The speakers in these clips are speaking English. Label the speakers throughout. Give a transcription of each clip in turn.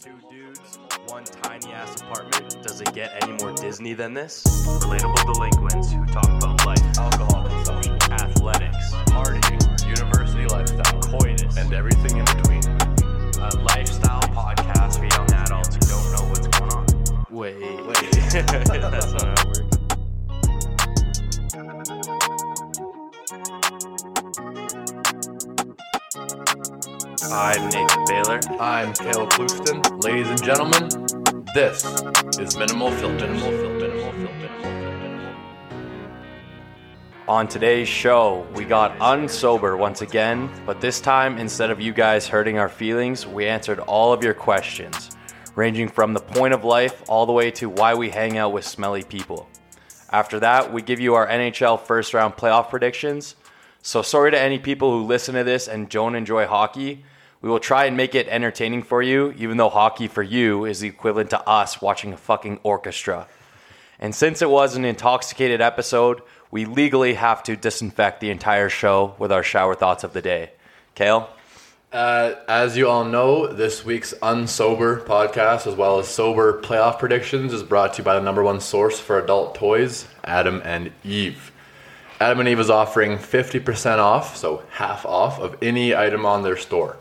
Speaker 1: Two dudes, one tiny ass apartment. Does it get any more Disney than this? Relatable delinquents who talk about life, alcohol consumption, athletics, partying, university lifestyle, coitus, and everything in between. A lifestyle podcast for young adults who don't know what's going on. Wait, wait. That's not how it works. I'm Nathan Baylor.
Speaker 2: I'm Caleb Clouston. Ladies and gentlemen, this is Minimal Filter.
Speaker 1: On today's show, we got unsober once again, but this time, instead of you guys hurting our feelings, we answered all of your questions, ranging from the point of life all the way to why we hang out with smelly people. After that, we give you our NHL first round playoff predictions. So, sorry to any people who listen to this and don't enjoy hockey. We will try and make it entertaining for you, even though hockey for you is the equivalent to us watching a fucking orchestra. And since it was an intoxicated episode, we legally have to disinfect the entire show with our shower thoughts of the day. Kale?
Speaker 2: Uh, as you all know, this week's Unsober podcast, as well as Sober Playoff Predictions, is brought to you by the number one source for adult toys, Adam and Eve. Adam and Eve is offering 50% off, so half off, of any item on their store.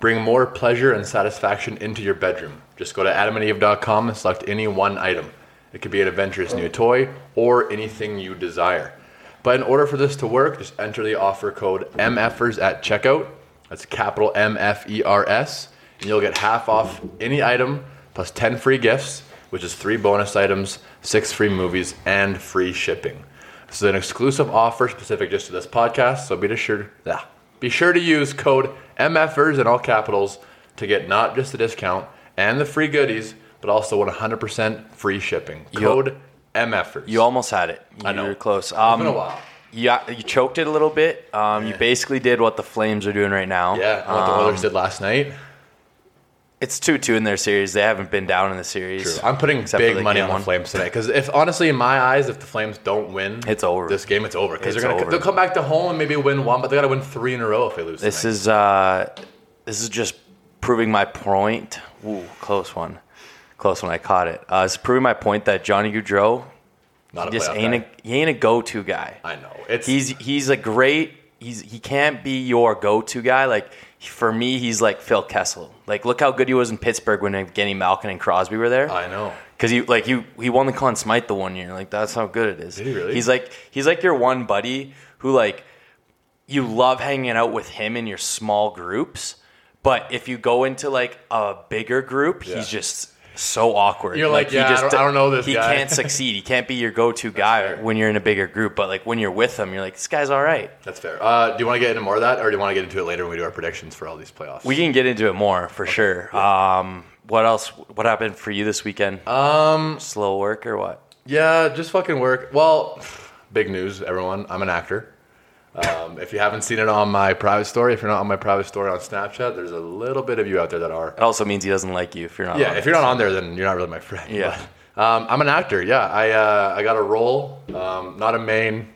Speaker 2: Bring more pleasure and satisfaction into your bedroom. Just go to adamandeve.com and select any one item. It could be an adventurous new toy or anything you desire. But in order for this to work, just enter the offer code MFERS at checkout. That's capital M F E R S. And you'll get half off any item plus 10 free gifts, which is three bonus items, six free movies, and free shipping. This is an exclusive offer specific just to this podcast, so be sure, yeah, be sure to use code MFERS in all capitals to get not just the discount and the free goodies, but also 100% free shipping. Code MFERS.
Speaker 1: You um, almost had it. You
Speaker 2: I know.
Speaker 1: were close. Um,
Speaker 2: been a while.
Speaker 1: Yeah, you choked it a little bit. Um, You basically did what the Flames are doing right now.
Speaker 2: Yeah, and what the
Speaker 1: um,
Speaker 2: Oilers did last night.
Speaker 1: It's 2 2 in their series. They haven't been down in the series.
Speaker 2: I'm putting
Speaker 1: Except for
Speaker 2: big
Speaker 1: the
Speaker 2: money
Speaker 1: game
Speaker 2: on the
Speaker 1: one.
Speaker 2: Flames today because if honestly, in my eyes, if the Flames don't win,
Speaker 1: It's over.
Speaker 2: This game, it's over because they're
Speaker 1: It's
Speaker 2: gonna
Speaker 1: over.
Speaker 2: they'll come back to home and maybe win one, but they got to win three in a row if they lose.
Speaker 1: This
Speaker 2: tonight.
Speaker 1: is uh, this is just proving my point. Ooh, close one, close one. I caught it. Uh, it's proving my point that Johnny Gaudreau
Speaker 2: not a
Speaker 1: just
Speaker 2: playoff
Speaker 1: ain't
Speaker 2: guy.
Speaker 1: a he ain't a go-to guy.
Speaker 2: I know it's
Speaker 1: He's he's a great. He's he can't be your go-to guy. Like for me, he's like Phil Kessel. Like look how good he was in Pittsburgh when Evgeny Malkin and Crosby were there.
Speaker 2: I know.
Speaker 1: Cause he like you he won the con Smythe the one year. Like that's how good it is. Did
Speaker 2: he really?
Speaker 1: He's like he's like your one buddy who like you love hanging out with him in your small groups, but if you go into like a bigger group,
Speaker 2: Yeah.
Speaker 1: he's just so awkward.
Speaker 2: You're like, "Yeah, I don't- I don't know this
Speaker 1: He
Speaker 2: guy."
Speaker 1: can't succeed. He can't be your go-to guy
Speaker 2: fair.
Speaker 1: when you're in a bigger group. But like when you're with him, you're like, this guy's all right.
Speaker 2: That's fair. Uh, do you want to get into more of that, or do you want to get into it later when we do our predictions for all these playoffs?
Speaker 1: We can get into it more for sure. Um, what else? What happened for you this weekend?
Speaker 2: um,
Speaker 1: Slow work or what?
Speaker 2: yeah, just fucking work. Well, big news, everyone. I'm an actor. Um, if you haven't seen it on my private story, if you're not on my private story on Snapchat, there's a little bit of you out there that are.
Speaker 1: It also means he doesn't like you if you're not.
Speaker 2: Yeah,
Speaker 1: on
Speaker 2: if
Speaker 1: it.
Speaker 2: you're not on there, then you're not really my friend.
Speaker 1: Yeah.
Speaker 2: But, um, I'm an actor. Yeah, I uh, I got a role, um, not a main,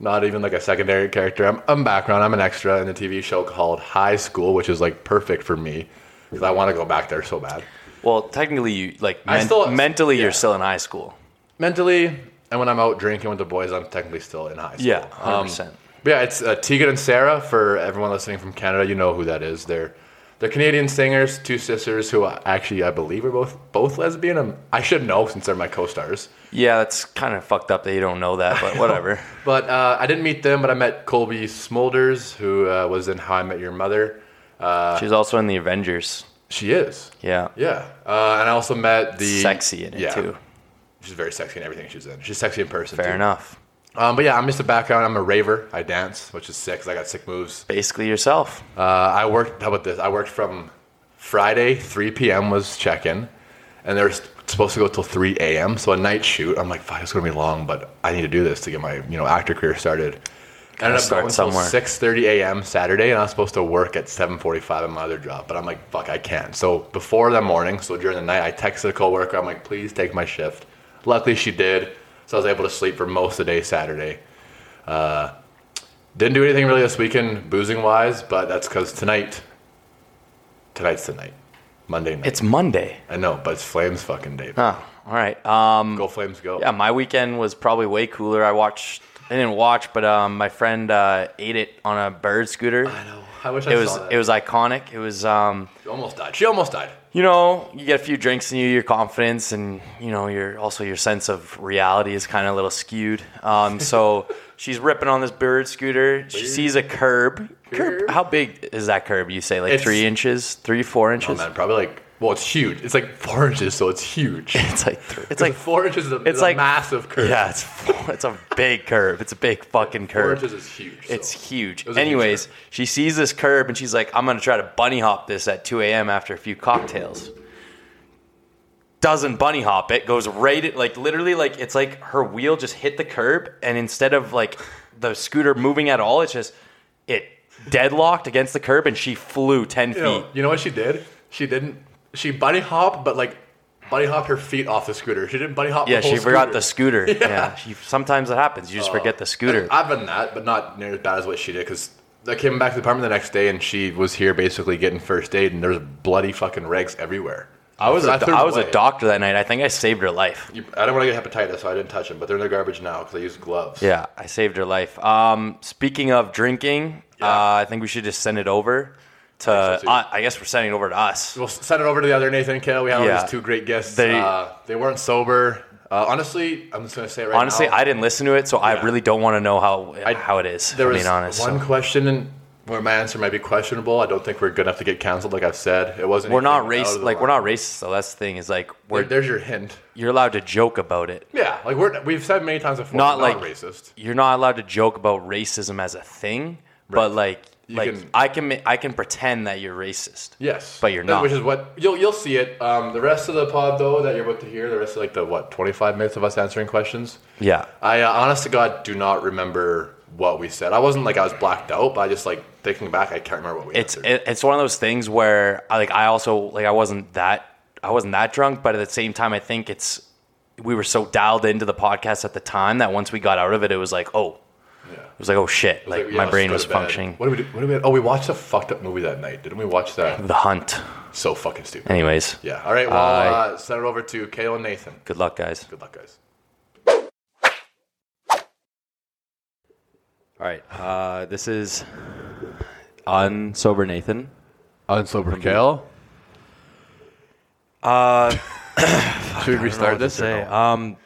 Speaker 2: not even like a secondary character. I'm, I'm background. I'm an extra in a TV show called High School, which is like perfect for me because I want to go back there so bad.
Speaker 1: Well, technically, you like
Speaker 2: I
Speaker 1: men-
Speaker 2: still-
Speaker 1: mentally,
Speaker 2: yeah.
Speaker 1: you're still in high school.
Speaker 2: Mentally, and when I'm out drinking with the boys, I'm technically still in high school.
Speaker 1: Yeah,
Speaker 2: Um,
Speaker 1: 100%.
Speaker 2: but yeah, it's uh, Tegan and Sarah. For everyone listening from Canada, you know who that is. They're they're Canadian singers, two sisters who I- actually I believe are both both lesbian. i I should know since they're my co-stars.
Speaker 1: yeah, that's kind of fucked up that you don't know that, but whatever.
Speaker 2: But uh, I didn't meet them, but I met Colby Smulders, who uh, was in How I Met Your Mother. Uh,
Speaker 1: She's also in the Avengers.
Speaker 2: She is.
Speaker 1: Yeah,
Speaker 2: Yeah. Uh, and I also met the.
Speaker 1: sexy in it
Speaker 2: Yeah.
Speaker 1: too.
Speaker 2: She's very sexy in everything she's in. She's sexy in person.
Speaker 1: Fair
Speaker 2: too.
Speaker 1: enough.
Speaker 2: Um, but yeah, I'm just a background. I'm a raver. I dance, which is sick 'cause I got sick moves.
Speaker 1: Basically yourself.
Speaker 2: Uh, I worked, how about this? I worked from Friday, 3 p.m. was check in, and they're s- supposed to go till 3 a.m. So a night shoot, I'm like, fuck, it's going to be long, but I need to do this to get my you know actor career started. I ended up
Speaker 1: start
Speaker 2: going
Speaker 1: somewhere.
Speaker 2: till 6.30 a.m. Saturday, and I was supposed to work at 7.45 at my other job, but I'm like, fuck, I can't. So before that morning, so during the night, I texted a coworker. I'm like, please take my shift. Luckily, she did, so I was able to sleep for most of the day Saturday. Didn't do anything really this weekend, boozing wise, but that's because tonight, tonight's the night. Monday night.
Speaker 1: It's Monday.
Speaker 2: I know, but it's Flames fucking day.
Speaker 1: Huh. All right. Um,
Speaker 2: Go Flames, go.
Speaker 1: yeah, my weekend was probably way cooler. I watched. I didn't watch, but um, my friend uh, ate it on a bird scooter.
Speaker 2: I know. I wish I
Speaker 1: It was
Speaker 2: saw that.
Speaker 1: it was iconic. It was um,
Speaker 2: She almost died. She almost died.
Speaker 1: you know, you get a few drinks in you, your confidence, and you know, your also your sense of reality is kind of a little skewed. Um, so she's ripping on this bird scooter. She sees a curb. curb.
Speaker 2: Curb.
Speaker 1: How big is that curb? You say like
Speaker 2: It's-
Speaker 1: three inches, three four
Speaker 2: Oh
Speaker 1: inches.
Speaker 2: man, probably like well, it's huge. It's like four inches, so it's huge.
Speaker 1: it's like three, it's like
Speaker 2: four inches. Is a,
Speaker 1: it's
Speaker 2: is
Speaker 1: like-
Speaker 2: a massive curve.
Speaker 1: yeah, it's four, it's a big curb. It's a big fucking
Speaker 2: four
Speaker 1: curb.
Speaker 2: inches is huge. so.
Speaker 1: It's huge.
Speaker 2: was a huge
Speaker 1: Anyways, she sees this curb and she's like, I'm going to try to bunny hop this at 2 a.m. after a few cocktails. Doesn't bunny hop it, goes right, at, like literally, like it's like her wheel just hit the curb, and instead of like the scooter moving at all, it's just it deadlocked against the curb and she flew 10
Speaker 2: You
Speaker 1: feet.
Speaker 2: know, you know what she did? She didn't. She bunny hopped, but like bunny hopped her feet off the scooter. She didn't bunny hop.
Speaker 1: Yeah,
Speaker 2: the whole
Speaker 1: she forgot
Speaker 2: scooter.
Speaker 1: the scooter. Yeah, she, sometimes that happens. You just forget the scooter.
Speaker 2: I've done that, but not near as bad as what she did. Because I came back to the apartment the next day, and she was here basically getting first aid, and there's bloody fucking regs everywhere.
Speaker 1: I was a,
Speaker 2: I threw
Speaker 1: I was
Speaker 2: away.
Speaker 1: a doctor that night. I think I saved her life.
Speaker 2: You- I don't want to get hepatitis, so I didn't touch them. But they're in the garbage now because I use gloves.
Speaker 1: Yeah, I saved her life. Um, speaking of drinking,
Speaker 2: Yeah.
Speaker 1: uh, I think we should just send it over to. I,
Speaker 2: think so too.
Speaker 1: I guess we're sending it over to us.
Speaker 2: We'll send it over to the other Nathan and Kale. We had
Speaker 1: Yeah.
Speaker 2: all these two great guests.
Speaker 1: They-
Speaker 2: They, uh, they weren't sober. Uh, honestly, I'm just gonna say it right
Speaker 1: Honestly,
Speaker 2: now.
Speaker 1: I didn't listen to it, so I
Speaker 2: Yeah.
Speaker 1: really don't want to know how how it is.
Speaker 2: there
Speaker 1: There I'm
Speaker 2: was
Speaker 1: being honest,
Speaker 2: one
Speaker 1: So,
Speaker 2: question and where my answer might be questionable. I don't think we're good enough to get canceled. Like I've said, it wasn't.
Speaker 1: we're not
Speaker 2: anything out of
Speaker 1: racist.
Speaker 2: the
Speaker 1: Like we're
Speaker 2: line.
Speaker 1: not racist. though. that's the thing is like
Speaker 2: There-
Speaker 1: we're
Speaker 2: There's your hint.
Speaker 1: you're allowed to joke about it.
Speaker 2: Yeah, like we're we've said many times before.
Speaker 1: Not
Speaker 2: we're
Speaker 1: like
Speaker 2: racist.
Speaker 1: You're not allowed to joke about racism as a thing, but like
Speaker 2: You
Speaker 1: like
Speaker 2: can-
Speaker 1: I can ma- I can pretend that you're racist.
Speaker 2: Yes,
Speaker 1: But you're
Speaker 2: That-
Speaker 1: not.
Speaker 2: Which is what you'll you'll see it. Um, the rest of the pod though that you're about to hear, the rest of like the what 25 minutes of us answering questions.
Speaker 1: Yeah.
Speaker 2: I uh, honest to God do not remember what we said. I wasn't like I was blacked out, but I just like thinking back, I can't remember what we.
Speaker 1: it's
Speaker 2: answered.
Speaker 1: it, it's one of those things where I like I also like I wasn't that I wasn't that drunk, but at the same time I think it's we were so dialed into the podcast at the time that once we got out of it, it was like oh,
Speaker 2: Yeah.
Speaker 1: it was like oh shit, like,
Speaker 2: yeah,
Speaker 1: my
Speaker 2: let's
Speaker 1: brain
Speaker 2: go
Speaker 1: was
Speaker 2: to bed.
Speaker 1: functioning.
Speaker 2: What did we do? What did we? Oh, we watched a fucked up movie that night. Didn't we watch that?
Speaker 1: The hunt,
Speaker 2: So fucking stupid.
Speaker 1: anyways.
Speaker 2: Yeah. All right. Well,
Speaker 1: Aye.
Speaker 2: uh, send it over to Kale and Nathan.
Speaker 1: Good luck, guys.
Speaker 2: Good luck, guys.
Speaker 1: All right, uh, this is unsober Nathan.
Speaker 2: Unsober Kale.
Speaker 1: Uh,
Speaker 2: Should we restart
Speaker 3: to
Speaker 2: this? or
Speaker 3: say.
Speaker 2: no?
Speaker 3: Um,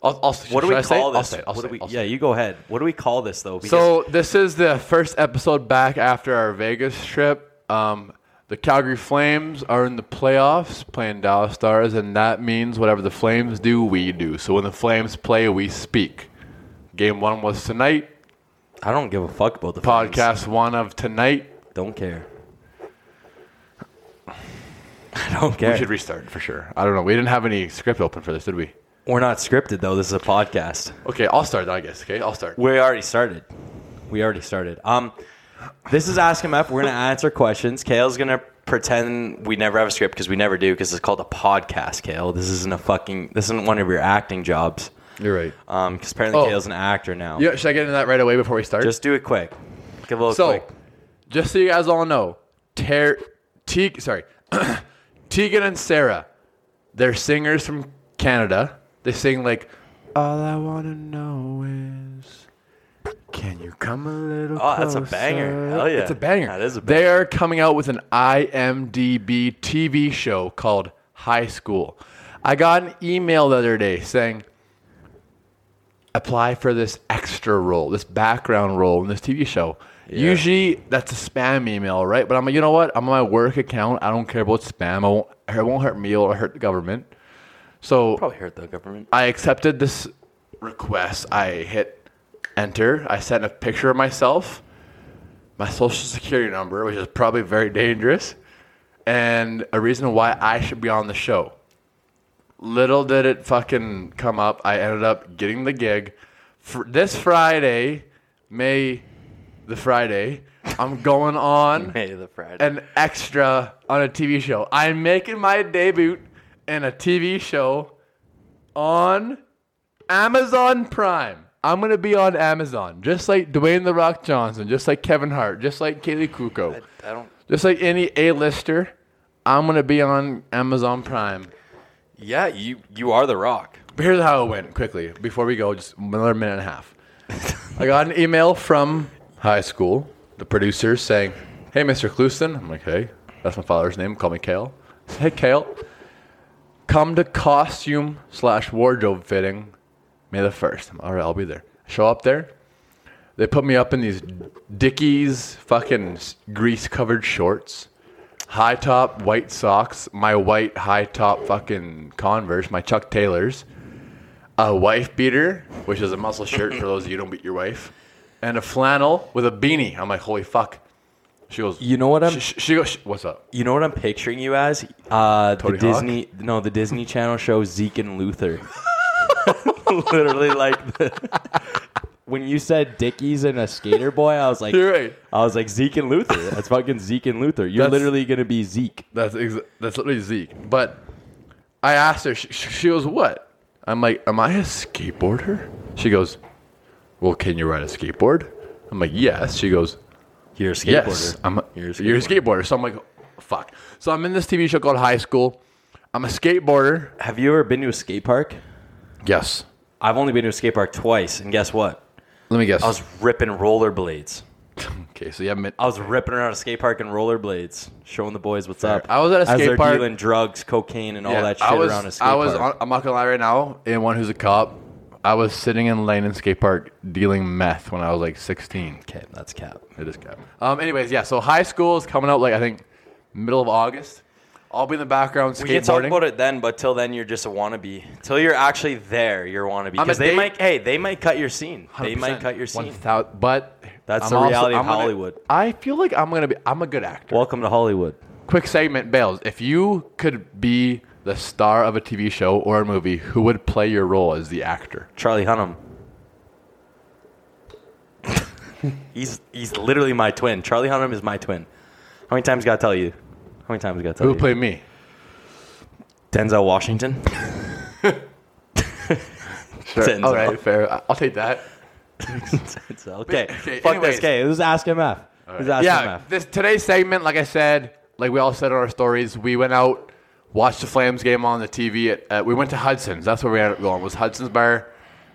Speaker 2: I'll, I'll,
Speaker 3: what do
Speaker 2: should
Speaker 3: we
Speaker 2: I say it?
Speaker 3: call
Speaker 2: I'll
Speaker 3: this?
Speaker 2: say it, I'll
Speaker 3: What do
Speaker 2: say it,
Speaker 3: we-
Speaker 2: I'll say
Speaker 3: yeah,
Speaker 2: it.
Speaker 3: you go ahead. What do we call this though? Because-
Speaker 2: So this is the first episode back after our Vegas trip. Um, the Calgary Flames are in the playoffs playing Dallas Stars, and that means whatever the Flames do, we do. So when the Flames play, we speak. Game one was tonight.
Speaker 3: I don't give a fuck about the Flames.
Speaker 2: Podcast one of tonight.
Speaker 3: Don't care. I don't care.
Speaker 2: We should restart for sure. I don't know. We didn't have any script open for this, did we?
Speaker 3: We're not scripted though. This is a podcast.
Speaker 2: Okay, I'll start. I guess. Okay, I'll start.
Speaker 3: We already started. We already started. Um, this is Ask Him F. We're gonna answer questions. Kale's gonna pretend we never have a script because we never do because it's called a podcast. Kale, this isn't a fucking. This isn't one of your acting jobs.
Speaker 2: You're right.
Speaker 3: Um, because apparently
Speaker 2: Oh.
Speaker 3: Kale's an actor now.
Speaker 2: Yeah, should I get into that right away before we start?
Speaker 3: Just do it quick. Give a little
Speaker 2: So,
Speaker 3: quick.
Speaker 2: just so you guys all know, Ter- Te- sorry, Tegan and Sarah, they're singers from Canada. They sing like, "All I wanna know is, can you come a little?"
Speaker 3: Oh, that's a
Speaker 2: closer?"
Speaker 3: banger. Hell yeah.
Speaker 2: It's a banger.
Speaker 3: That is a
Speaker 2: They are coming out with an IMDb TV show called High School. I got an email the other day saying, apply for this extra role, this background role in this TV show. Usually that's a spam email, right? But I'm like, you know what? I'm on my work account. I don't care about spam. I won't, it won't hurt me or hurt the government. So
Speaker 1: Probably hurt the government.
Speaker 2: I accepted this request. I hit enter. I sent a picture of myself, my social security number, which is probably very dangerous, and a reason why I should be on the show. Little did it fucking come up. I ended up getting the gig. For this Friday, May the Friday, I'm going on
Speaker 1: Hey, the Friday.
Speaker 2: an extra on a TV show. I'm making my debut in a TV show on Amazon Prime. I'm gonna be on Amazon, just like Dwayne the Rock Johnson, just like Kevin Hart, just like Kaylee Kuko,
Speaker 1: I don't.
Speaker 2: just like any A-lister. I'm gonna be on Amazon Prime.
Speaker 1: Yeah, you you are the rock.
Speaker 2: But here's how it went quickly before we go, just another minute and a half. I got an email from high school, the producer, saying, Hey, Mr. Clouston. I'm like, Hey, that's my father's name. Call me Kale. Hey, Kale, come to costume slash wardrobe fitting May the 1st. I'm, All right, I'll be there. Show up there. They put me up in these Dickies fucking grease covered shorts high top white socks, my white high top fucking Converse, my Chuck Taylors, a wife beater, which is a muscle shirt for those of you who don't beat your wife, and a flannel with a beanie. I'm like, holy fuck. She goes,
Speaker 1: You know what I'm-
Speaker 2: She, she- she goes, "Sh- what's up?
Speaker 1: You know what I'm picturing you as? Uh, the
Speaker 2: Tony Hawk?
Speaker 1: Disney no, the Disney Channel show Zeke and Luther. Literally like the, when you said Dickies and a skater boy, I was like
Speaker 2: You're right.
Speaker 1: I was like Zeke and Luther. That's fucking Zeke and Luther. You're
Speaker 2: That's-
Speaker 1: literally gonna be Zeke.
Speaker 2: That's ex- that's literally Zeke. But I asked her. She, she goes, "What?" I'm like, "Am I a skateboarder?" She goes, "Well, can you ride a skateboard?" I'm like, "Yes." She goes,
Speaker 1: You're a skateboarder.
Speaker 2: Yes, I'm a, you're, a skateboarder. So I'm like, fuck. So I'm in this TV show called High School. I'm a skateboarder.
Speaker 1: Have you ever been to a skate park?
Speaker 2: Yes.
Speaker 1: I've only been to a skate park twice, and guess what?
Speaker 2: Let me guess.
Speaker 1: I was ripping rollerblades.
Speaker 2: okay, so you haven't been.
Speaker 1: I was ripping around a skate park in rollerblades, showing the boys what's up.
Speaker 2: I was at a
Speaker 1: As
Speaker 2: skate
Speaker 1: they're
Speaker 2: park-
Speaker 1: dealing drugs, cocaine, and all
Speaker 2: Yeah,
Speaker 1: that shit
Speaker 2: I was,
Speaker 1: around a skate
Speaker 2: I was.
Speaker 1: park.
Speaker 2: On, I'm not gonna lie right now. Anyone who's a cop, I was sitting in Lane and Skate Park dealing meth when I was like 16.
Speaker 1: okay, that's cap.
Speaker 2: It is cap. Um. Anyways, yeah. So high school is coming up like I think middle of August. I'll be in the background skateboarding.
Speaker 1: We can talk about it then, but till then, you're just a wannabe. Till you're actually there, you're a wannabe.
Speaker 2: I'm a
Speaker 1: Because they
Speaker 2: date-
Speaker 1: might, hey, they might cut your scene. They might cut your scene.
Speaker 2: 1000 but
Speaker 1: That's the reality of Hollywood.
Speaker 2: Gonna, I feel like I'm gonna be. I'm a good actor.
Speaker 1: Welcome to Hollywood.
Speaker 2: quick segment, Bales. If you could be the star of a TV show or a movie, who would play your role as the actor?
Speaker 1: Charlie Hunnam. he's he's literally my twin. Charlie Hunnam is my twin. How many times gotta tell you? How many times gotta tell
Speaker 2: Who
Speaker 1: you?
Speaker 2: would play me?
Speaker 1: Denzel Washington. Denzel.
Speaker 2: All right, fair. I- I'll take that.
Speaker 1: Denzel. Okay.
Speaker 2: okay,
Speaker 1: Fuck
Speaker 2: anyways.
Speaker 1: this. Okay, this is Ask MF. This is Ask
Speaker 2: yeah,
Speaker 1: MF.
Speaker 2: this today's segment, like I said, like we all said on our stories, we went out, watched the Flames game on the TV. At, at, we went to Hudson's. That's where we ended up going. Was Hudson's Bar.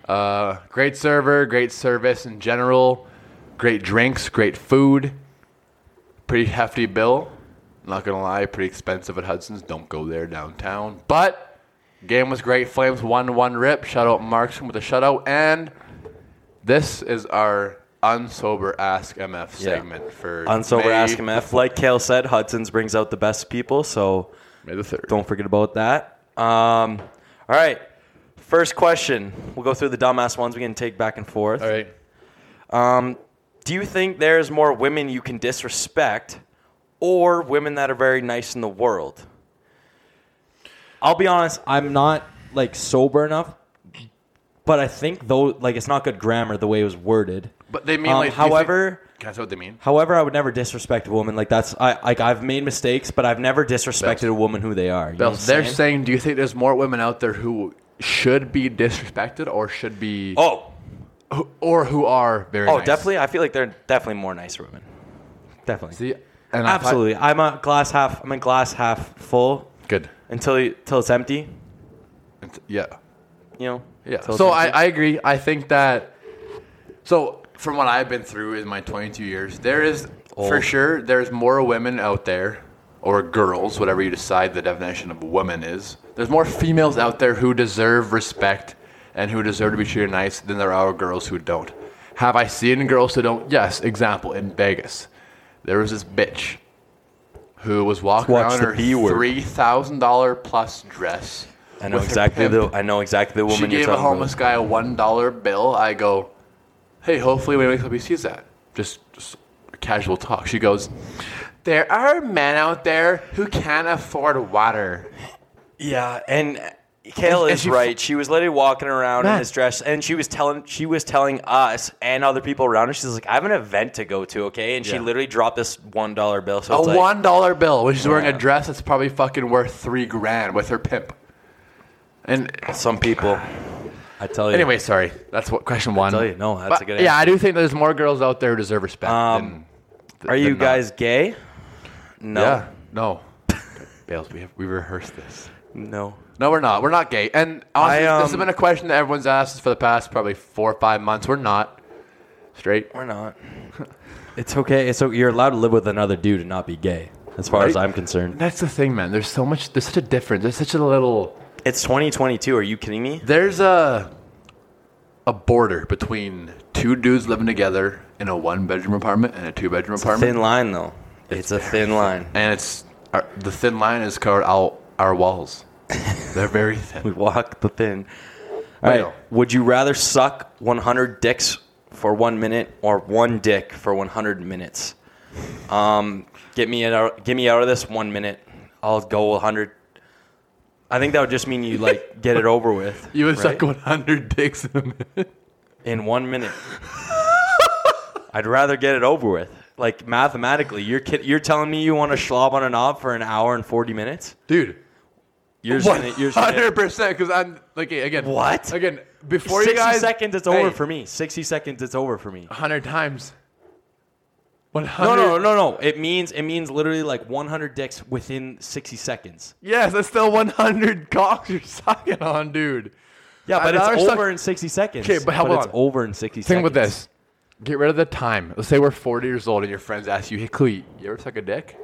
Speaker 2: Uh, great server, great service in general, great drinks, great food. Pretty hefty bill. Not gonna lie, pretty expensive at Hudson's. Don't go there downtown. But game was great. Flames one one rip. Shout out Markson with a shutout and. This is our unsober ask MF
Speaker 1: Yeah.
Speaker 2: segment for
Speaker 1: On Sober
Speaker 2: May-
Speaker 1: Ask MF. Like Kale said, Hudson's brings out the best people, so
Speaker 2: May the third.
Speaker 1: don't forget about that. Um, all right. First question. We'll go through the dumbass ones we can take back and forth.
Speaker 2: All right.
Speaker 1: Do you think there's more women you can disrespect or women that are very nice in the world? I'll be honest, I'm not like sober enough, but I think though like it's not good grammar the way it was worded.
Speaker 2: But they mean
Speaker 1: Um,
Speaker 2: like. do you
Speaker 1: however,
Speaker 2: think, can I say what they mean?
Speaker 1: However, I would never disrespect a woman. Like that's I like I've made mistakes, but I've never disrespected a woman who they are. You know
Speaker 2: They're
Speaker 1: what I'm saying?
Speaker 2: saying, do you think there's more women out there who should be disrespected or should be
Speaker 1: Oh,
Speaker 2: or who are very?
Speaker 1: oh,
Speaker 2: nice?
Speaker 1: definitely. I feel like they're definitely more nicer women. Definitely,
Speaker 2: See, and I thought-
Speaker 1: absolutely. I'm a glass half. I'm a glass half full
Speaker 2: good.
Speaker 1: until you, till it's empty.
Speaker 2: It's- yeah.
Speaker 1: You know.
Speaker 2: Yeah.
Speaker 1: Till it's
Speaker 2: So I,
Speaker 1: empty.
Speaker 2: I agree. I think that. So from what I've been through in my 22 years, there is for
Speaker 1: Old.
Speaker 2: sure there's more women out there, or girls, whatever you decide the definition of woman is. There's more females out there who deserve respect and who deserve to be treated nice than there are girls who don't. Have I seen girls who don't? Yes. Example in Vegas, there was this bitch who was walking
Speaker 1: watch
Speaker 2: around in
Speaker 1: the
Speaker 2: her
Speaker 1: B word.
Speaker 2: three thousand dollar plus dress.
Speaker 1: I know
Speaker 2: with her
Speaker 1: exactly
Speaker 2: pimp
Speaker 1: the I know exactly the woman
Speaker 2: she
Speaker 1: you're
Speaker 2: gave a
Speaker 1: talking
Speaker 2: homeless
Speaker 1: about.
Speaker 2: guy a one dollar bill. I go, hey, hopefully when he wakes up he sees that. Just, just casual talk. She goes, there are men out there who can't afford water.
Speaker 1: Yeah, and Kale
Speaker 2: And- and
Speaker 1: is
Speaker 2: she-
Speaker 1: right. She was literally walking around
Speaker 2: Man.
Speaker 1: in this dress, and she was telling she was telling us and other people around her. She's like, "I have an event to go to, okay?" And she
Speaker 2: Yeah.
Speaker 1: literally dropped this one dollar bill. So
Speaker 2: A
Speaker 1: it's like,
Speaker 2: one dollar bill, which is wearing
Speaker 1: Yeah.
Speaker 2: a dress that's probably fucking worth three grand with her pimp. And
Speaker 1: some people. I tell you.
Speaker 2: anyway, sorry, that's what question one.
Speaker 1: tell you, no, that's
Speaker 2: But
Speaker 1: a good
Speaker 2: Yeah, I
Speaker 1: answer.
Speaker 2: do think there's more girls out there who deserve respect.
Speaker 1: Um,
Speaker 2: than,
Speaker 1: are
Speaker 2: than
Speaker 1: you
Speaker 2: not.
Speaker 1: guys gay? No.
Speaker 2: Yeah, no. Bales, we have we rehearsed this.
Speaker 3: No.
Speaker 2: No, we're not. We're not gay. And honestly,
Speaker 3: I,
Speaker 2: this has
Speaker 3: um,
Speaker 2: been a question that everyone's asked us for the past probably four or five months. We're not straight.
Speaker 3: We're not. It's okay. So you're allowed to live with another dude and not be gay, as far as
Speaker 2: Right?
Speaker 3: I'm concerned.
Speaker 2: That's the thing, man. There's so much. There's such a difference. There's such a little.
Speaker 3: It's 2022. Are you kidding me?
Speaker 2: There's a a border between two dudes living together in a one bedroom apartment and a two bedroom apartment,
Speaker 3: Thin line, though. It's, a thin line.
Speaker 2: and it's our, the thin line is covered out our walls. They're very thin.
Speaker 3: We walk the thin. All right.
Speaker 2: Well.
Speaker 3: Would you rather suck 100 dicks for one minute or one dick for 100 minutes? Um, get me out. Get me out of this one minute. I'll go 100. I think that would just mean you like get it over with.
Speaker 2: You would
Speaker 3: right?
Speaker 2: suck 100 dicks in a minute.
Speaker 3: in one minute. I'd rather get it over with. Like mathematically, you're kid- you're telling me you want to schlob on a knob for an hour and 40 minutes?
Speaker 2: dude.
Speaker 3: You're just gonna, you're just gonna,
Speaker 2: 100 percent. Because I'm like again.
Speaker 3: What?
Speaker 2: Again, before
Speaker 3: 60
Speaker 2: you guys.
Speaker 3: seconds, it's
Speaker 2: Hey,
Speaker 3: over for me. 60 seconds, it's over for me.
Speaker 2: 100 times. 100.
Speaker 3: No, no, no, no. It means it means literally like 100 dicks within 60 seconds.
Speaker 2: Yes, that's still 100 cocks you're sucking on, dude.
Speaker 3: Yeah, but
Speaker 2: I'd rather
Speaker 3: it's
Speaker 2: suck-
Speaker 3: over in 60 seconds.
Speaker 2: Okay, but how
Speaker 3: it's
Speaker 2: about-
Speaker 3: over in 60
Speaker 2: Think
Speaker 3: seconds.
Speaker 2: about this. Get rid of the time. Let's say we're 40 years old and your friends ask you, hey, Clee, you ever suck a dick?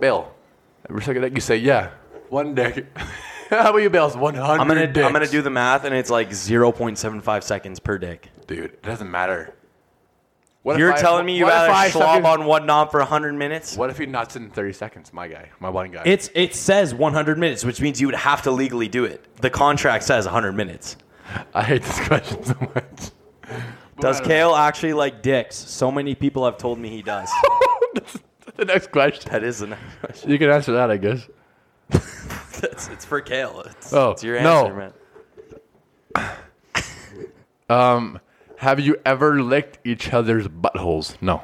Speaker 2: Bill, ever suck a dick? You say, yeah, one dick. How about you, Bales? 100
Speaker 3: I'm gonna
Speaker 2: dicks.
Speaker 3: I'm gonna do the math, and it's like 0.75 seconds per dick.
Speaker 2: Dude, it doesn't matter. What if
Speaker 3: You're
Speaker 2: I-
Speaker 3: telling me you
Speaker 2: what if
Speaker 3: rather
Speaker 2: I suck
Speaker 3: schlob
Speaker 2: his-
Speaker 3: on one knob for 100 minutes?
Speaker 2: What if he nuts in 30 seconds? My guy. My one guy.
Speaker 3: It's it says 100 minutes, which means you would have to legally do it. The contract says 100 minutes.
Speaker 2: I hate this question so much.
Speaker 3: Does
Speaker 2: Whatever.
Speaker 3: Kale actually like dicks? So many people have told me he does.
Speaker 2: The next question.
Speaker 3: that is the next question.
Speaker 2: You can answer that, I guess.
Speaker 3: That's, it's for Kale. It's,
Speaker 2: Oh,
Speaker 3: it's your
Speaker 2: no.
Speaker 3: answer, man.
Speaker 2: Um, have you ever licked each other's buttholes? No.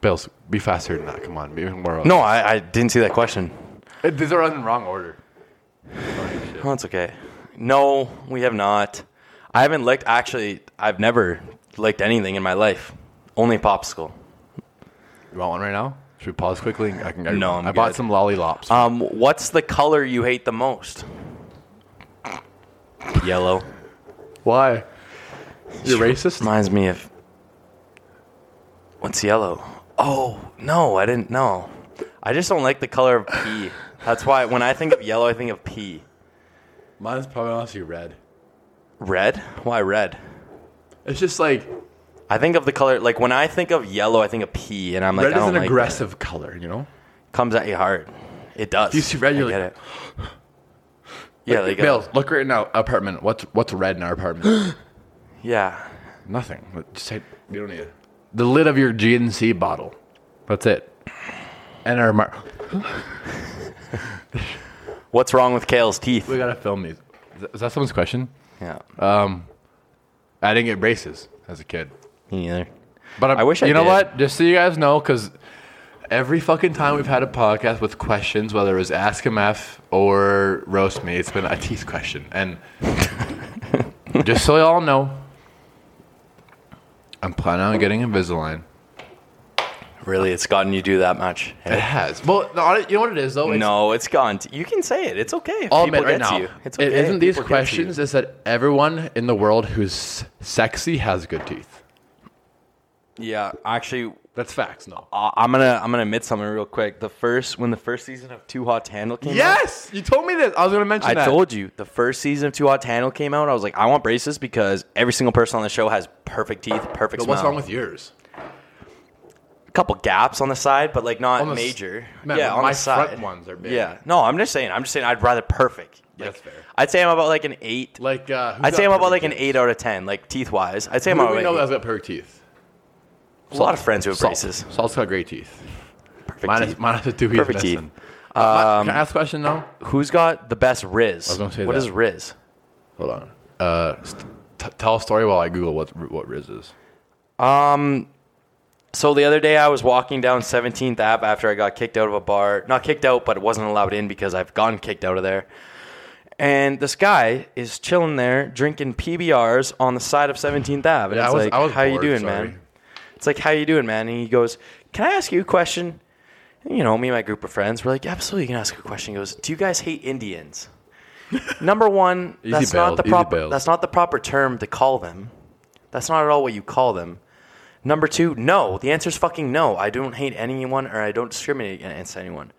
Speaker 2: Bills, be faster than that. Come on, be more.
Speaker 1: No, I, I didn't see that question.
Speaker 2: Uh, these are in wrong order.
Speaker 1: Oh, it's okay. No, we have not. I haven't licked. Actually, I've never licked anything in my life. Only popsicle.
Speaker 2: You want one right now? Should we pause quickly? I can. get
Speaker 1: No,
Speaker 2: one.
Speaker 1: I'm
Speaker 2: I bought
Speaker 1: good.
Speaker 2: some lollipops.
Speaker 1: Um, what's the color you hate the most? Yellow.
Speaker 2: Why? You're racist.
Speaker 1: Reminds me of. What's yellow? Oh no, I didn't know. I just don't like the color of pee. That's why when I think of yellow, I think of pee.
Speaker 2: Mine's probably honestly red.
Speaker 1: Red? Why red?
Speaker 2: It's just like
Speaker 1: I think of the color like when I think of yellow, I think of pee, and I'm like,
Speaker 2: red
Speaker 1: I
Speaker 2: is
Speaker 1: don't
Speaker 2: an
Speaker 1: like
Speaker 2: aggressive color. You know.
Speaker 1: that. Comes at you hard. It does.
Speaker 2: You see red,
Speaker 1: I
Speaker 2: you're
Speaker 1: get
Speaker 2: like-
Speaker 1: it. Yeah,
Speaker 2: Like,
Speaker 1: like
Speaker 2: Bills,
Speaker 1: uh,
Speaker 2: look right now. Apartment. What's what's red in our apartment?
Speaker 1: yeah.
Speaker 2: Nothing. Let- Just say you don't need it. The lid of your GNC bottle. That's it. And our mar-
Speaker 1: What's wrong with Kale's teeth?
Speaker 2: we gotta film these. Is that- Is that someone's question?
Speaker 1: Yeah,
Speaker 2: I didn't get braces as a kid,
Speaker 1: me neither.
Speaker 2: but I'm,
Speaker 1: I wish I
Speaker 2: You know
Speaker 1: did.
Speaker 2: what? Just so you guys know, because every fucking time we've had a podcast with questions, whether it was Ask MF or Roast Me, it's been a teeth question. And just so y'all know, I'm planning on getting Invisalign.
Speaker 1: Really, it's gotten you do that much.
Speaker 2: It has. Well, the audit- you know what it is though. It's-
Speaker 1: no, it's gone. T- you can say it. It's okay. If
Speaker 2: I'll
Speaker 1: people
Speaker 2: admit right
Speaker 1: get to
Speaker 2: now,
Speaker 1: you. It's
Speaker 2: it
Speaker 1: okay.
Speaker 2: isn't
Speaker 1: if
Speaker 2: these
Speaker 1: people get to you.
Speaker 2: questions. It's that everyone in the world who's sexy has good teeth.
Speaker 1: Yeah, actually,
Speaker 2: That's facts. No.
Speaker 1: I- I'm gonna I'm gonna admit something real quick. The first when the first season of Too Hot to Handle came out,
Speaker 2: Yes, you told me this. I was gonna mention
Speaker 1: I
Speaker 2: that.
Speaker 1: told you the first season of Too Hot to Handle came out. I was like, I want braces because every single person on the show has perfect teeth, perfect
Speaker 2: But
Speaker 1: smile.
Speaker 2: what's wrong with yours?
Speaker 1: a couple gaps on the side, but like not
Speaker 2: On the s-
Speaker 1: major.
Speaker 2: Man,
Speaker 1: yeah,
Speaker 2: but
Speaker 1: on
Speaker 2: my
Speaker 1: the side.
Speaker 2: front ones are big.
Speaker 1: Yeah, no, I'm just saying. I'm just saying. I'd rather perfect. Like,
Speaker 2: That's fair.
Speaker 1: I'd say I'm about like an eight.
Speaker 2: Like, uh, who's
Speaker 1: I'd say I'm
Speaker 2: got
Speaker 1: about like
Speaker 2: perfect
Speaker 1: an eight out of ten, like teeth wise. I'd say
Speaker 2: teeth?
Speaker 1: I'm
Speaker 2: Who do
Speaker 1: about
Speaker 2: we know
Speaker 1: like,
Speaker 2: that's got perfect teeth?
Speaker 1: a lot of friends who have
Speaker 2: Salt.
Speaker 1: braces.
Speaker 2: Salt's got great teeth.
Speaker 1: Perfect
Speaker 2: Minus,
Speaker 1: teeth.
Speaker 2: minus the two he's
Speaker 1: Perfect teeth. Um,
Speaker 2: missing. Uh, Can I ask a question now?
Speaker 1: Who's got the best Riz? What is
Speaker 2: gonna say that.
Speaker 1: Riz?
Speaker 2: Hold on. Uh, st- t- tell a story while I Google what what Riz is.
Speaker 1: Um, so the other day I was walking down 17th Ave after I got kicked out of a bar. Not kicked out, but wasn't allowed in because I've gotten kicked out of there. And this guy is chilling there drinking PBRs on the side of 17th Ave. And
Speaker 2: Yeah, I
Speaker 1: it's
Speaker 2: was-
Speaker 1: like,
Speaker 2: I was
Speaker 1: how you
Speaker 2: bored,
Speaker 1: doing,
Speaker 2: sorry."
Speaker 1: man? It's like, how you doing, man? And he goes, can I ask you a question? you know, me and my group of friends were like, absolutely, you can ask a question. He goes, do you guys hate Indians? Number one,
Speaker 2: Easy
Speaker 1: that's
Speaker 2: bail,
Speaker 1: not the
Speaker 2: easy
Speaker 1: proper.
Speaker 2: bail.
Speaker 1: That's not the proper term to call them. That's not at all what you call them. Number two, no. The answer is fucking no. I don't hate anyone, or I don't discriminate against anyone.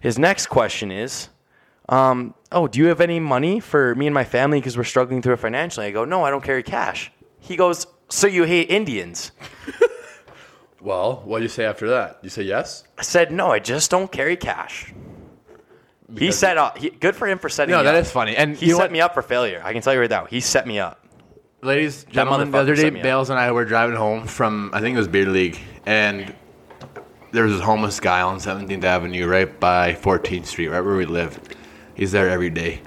Speaker 1: His next question is, um, oh, do you have any money for me and my family because we're struggling through it financially? I go, no, I don't carry cash. He goes, so you hate Indians?
Speaker 2: Well, what do you say after that? You say yes?
Speaker 1: I said, no, I just don't carry cash. he
Speaker 2: Because-
Speaker 1: set up. He, good for him for setting.
Speaker 2: No,
Speaker 1: me
Speaker 2: that
Speaker 1: up.
Speaker 2: is funny. And
Speaker 1: he
Speaker 2: you know
Speaker 1: set
Speaker 2: what?
Speaker 1: me up for failure. I can tell you right now, he set me up.
Speaker 2: Ladies, gentlemen, the
Speaker 1: motherfucker
Speaker 2: other day,
Speaker 1: set me up.
Speaker 2: Bales and I were driving home from, I think it was Beer League, and there was this homeless guy on 17th Avenue right by 14th Street, right where we live. He's there every day.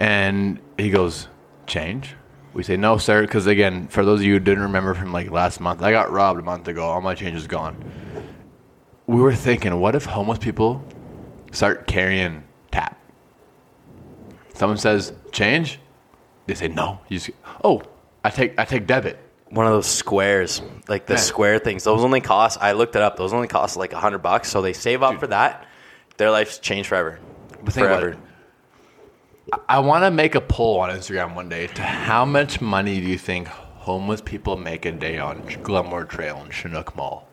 Speaker 2: And he goes, Change? We say, No, sir. Because again, for those of you who didn't remember from like last month, I got robbed a month ago. All my change is gone. We were thinking, what if homeless people start carrying tap? Someone says, Change? They say no. You just, oh, I take I take debit.
Speaker 1: One of those squares, like the
Speaker 2: Man.
Speaker 1: square things. Those only cost. I looked it up. Those only cost like hundred bucks. So they save up for that. Their life's changed forever.
Speaker 2: But think about
Speaker 1: forever.
Speaker 2: it. I want to make a poll on Instagram one day to how much money do you think homeless people make a day on Glenmore Trail and Chinook Mall?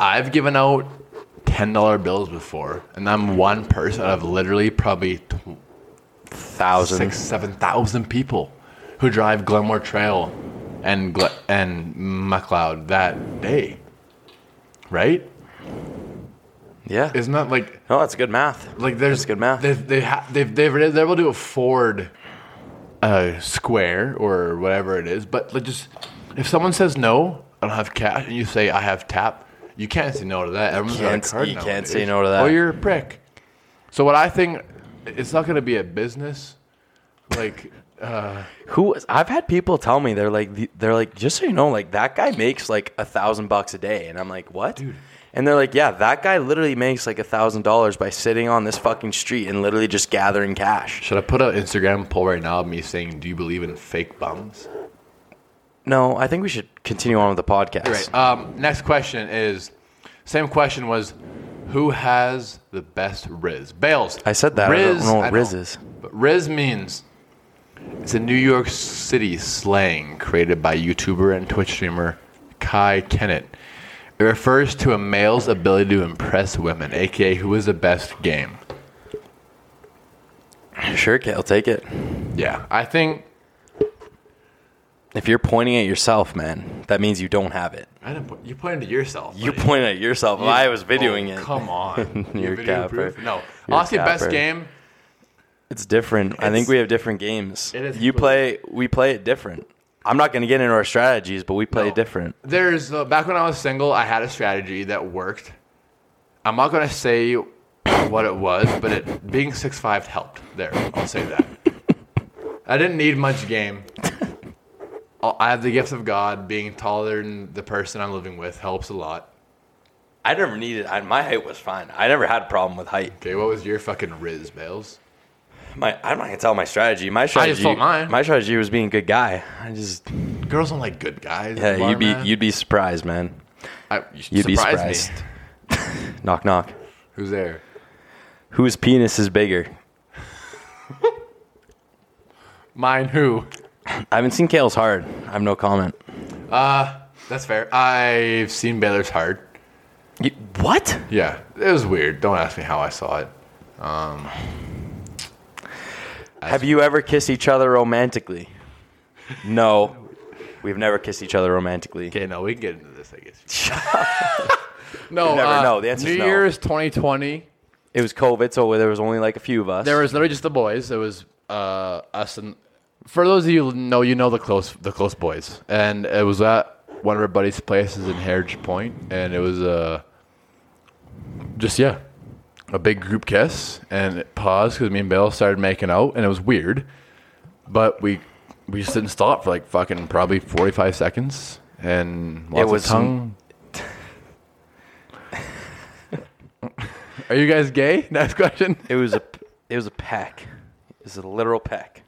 Speaker 2: I've given out ten dollar bills before, and I'm one person out of literally probably tw-
Speaker 1: Thousands.
Speaker 2: six, seven thousand people who drive Glenmore Trail and Gle- and McLeod that day, right?
Speaker 1: Yeah.
Speaker 2: Isn't that like?
Speaker 1: No, that's good math.
Speaker 2: Like there's
Speaker 1: That's good math.
Speaker 2: They've, they ha- they've, they've, they're able to afford a square or whatever it is, but like just if someone says no, I don't have cash, and you say I have tap, you can't say no to that. Everyone's
Speaker 1: can't-
Speaker 2: got a card
Speaker 1: you can't
Speaker 2: nowadays.
Speaker 1: say no to that.
Speaker 2: Or you're a prick. So what I think, it's not going to be a business. Like
Speaker 1: Who I've had people tell me they're like the- they're like just so you know like that guy makes like a thousand bucks a day and I'm like what? And they're like yeah that guy literally makes like a thousand dollars by sitting on this fucking street and literally just gathering cash.
Speaker 2: should I put an Instagram poll right now of me saying, do you believe in fake bums?
Speaker 1: No, I think we should continue on with the podcast.
Speaker 2: Right. Um, next question is same question was who has the best Riz? Bales.
Speaker 1: I said that. I don't know what
Speaker 2: I
Speaker 1: Riz is.
Speaker 2: But Riz means it's a New York City slang created by YouTuber and Twitch streamer Kai Kennett. It refers to a male's ability to impress women, aka who is the best game.
Speaker 1: Uh, Sure, Kale, take it.
Speaker 2: Yeah. I think
Speaker 1: If you're pointing at yourself, man, that means you don't have it.
Speaker 2: I didn't point, you pointed to yourself.
Speaker 1: You're
Speaker 2: buddy.
Speaker 1: pointing at yourself.
Speaker 2: You-
Speaker 1: I was videoing
Speaker 2: Oh,
Speaker 1: it.
Speaker 2: Come on.
Speaker 1: You're a
Speaker 2: video proof?
Speaker 1: capper.
Speaker 2: No.
Speaker 1: You're a
Speaker 2: Honestly, best
Speaker 1: capper.
Speaker 2: game.
Speaker 1: It's different. I think
Speaker 2: It's-
Speaker 1: we have different games.
Speaker 2: It is
Speaker 1: you play,
Speaker 2: completely-
Speaker 1: we play it different. I'm not going to get into our strategies, but we play it
Speaker 2: No.
Speaker 1: different.
Speaker 2: There's uh, back when I was single, I had a strategy that worked. I'm not gonna say what it was, but it being six five helped. There, I'll say that. I didn't need much game. I'll- I have the gift of God. Being taller than the person I'm living with helps a lot.
Speaker 1: I never needed. I, my height was fine. I never had a problem with height.
Speaker 2: Okay, what was your fucking riz, Bales?
Speaker 1: My, I'm not going to tell my strategy. My strategy,
Speaker 2: told mine.
Speaker 1: my strategy was being a good guy. I just,
Speaker 2: Girls don't like good guys.
Speaker 1: yeah,
Speaker 2: Bar
Speaker 1: you'd be,
Speaker 2: man.
Speaker 1: you'd be surprised, man.
Speaker 2: I,
Speaker 1: You'd be
Speaker 2: surprised
Speaker 1: surprised. knock, knock.
Speaker 2: Who's there?
Speaker 1: Whose penis is bigger?
Speaker 2: Mine. Who?
Speaker 1: I haven't seen Kale's hard. I have no comment.
Speaker 2: That's fair. I've seen Baylor's hard.
Speaker 1: You, what?
Speaker 2: Yeah, it was weird. Don't ask me how I saw it.
Speaker 1: Have you ever kissed each other romantically? No. We've never kissed each other romantically.
Speaker 2: Okay, no, we can get into this, I guess. no,
Speaker 1: You never
Speaker 2: uh,
Speaker 1: know. The answer's
Speaker 2: New
Speaker 1: no.
Speaker 2: Year's 2020.
Speaker 1: It was COVID, so there was only like a few of us.
Speaker 2: There was literally just the boys. It was uh, us and for those of you who know, you know the close the close boys, and it was at one of our buddies' places in Heritage Point, and it was uh, just yeah, a big group kiss, and it paused because me and Bill started making out, and it was weird, but we we just didn't stop for like fucking probably forty five seconds, and lots
Speaker 1: was
Speaker 2: of tongue. Are you guys gay? Next question.
Speaker 1: It was a. It was a peck. It was a literal peck.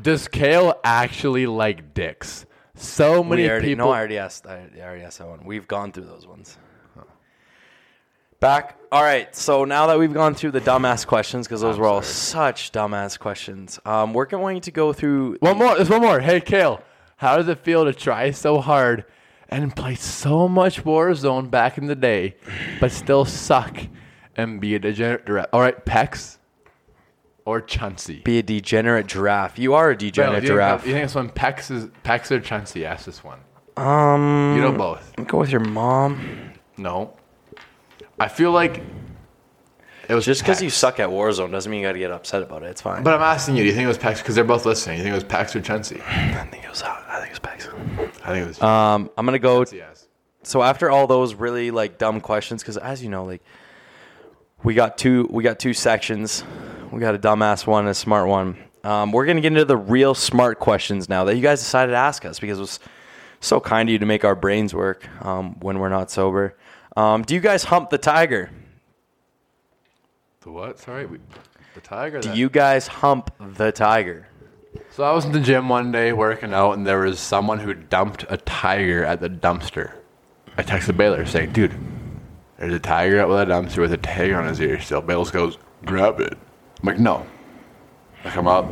Speaker 2: Does Kale actually like dicks? So many
Speaker 1: We already.
Speaker 2: people.
Speaker 1: No, I already asked. I, I already asked that one. We've gone through those ones. Back. All right. So now that we've gone through the dumbass questions, because those were all such dumbass questions, um, we're going to go through.
Speaker 2: One more. There's one more. Hey, Kale, how does it feel to try so hard and play so much Warzone back in the day, but still suck and be a degenerate? Direct? All right, Pex or Chauncey?
Speaker 1: Be a degenerate giraffe. You are a
Speaker 2: Well,
Speaker 1: degenerate
Speaker 2: you, think,
Speaker 1: giraffe.
Speaker 2: you think this one Pex is Pex or Chauncey? Ask this one.
Speaker 1: Um,
Speaker 2: You know both.
Speaker 1: go with your mom.
Speaker 2: No. I feel like it was
Speaker 1: Just because you
Speaker 2: Pex.
Speaker 1: suck at Warzone doesn't mean you got to get upset about it. It's fine.
Speaker 2: But I'm asking you, do you think it was Pex? Because they're both listening. You think it was Pex or Chauncey?
Speaker 1: I think it was. I think it was Pax.
Speaker 2: I think it was.
Speaker 1: Um, I'm gonna go.
Speaker 2: yes.
Speaker 1: so after all those really like dumb questions because as you know like we got two we got two sections we got a dumbass one and a smart one um, we're gonna get into the real smart questions now that you guys decided to ask us because it was so kind of you to make our brains work um, when we're not sober um, do you guys hump the tiger
Speaker 2: The what? Sorry, we, the tiger.
Speaker 1: do
Speaker 2: that-
Speaker 1: you guys hump the tiger
Speaker 2: So I was in the gym one day working out, and there was someone who dumped a tiger at the dumpster. I texted Baylor saying, "Dude, there's a tiger out with a dumpster with a tag on his ear." Still, Baylor goes, "Grab it." I'm like, "No." I come up,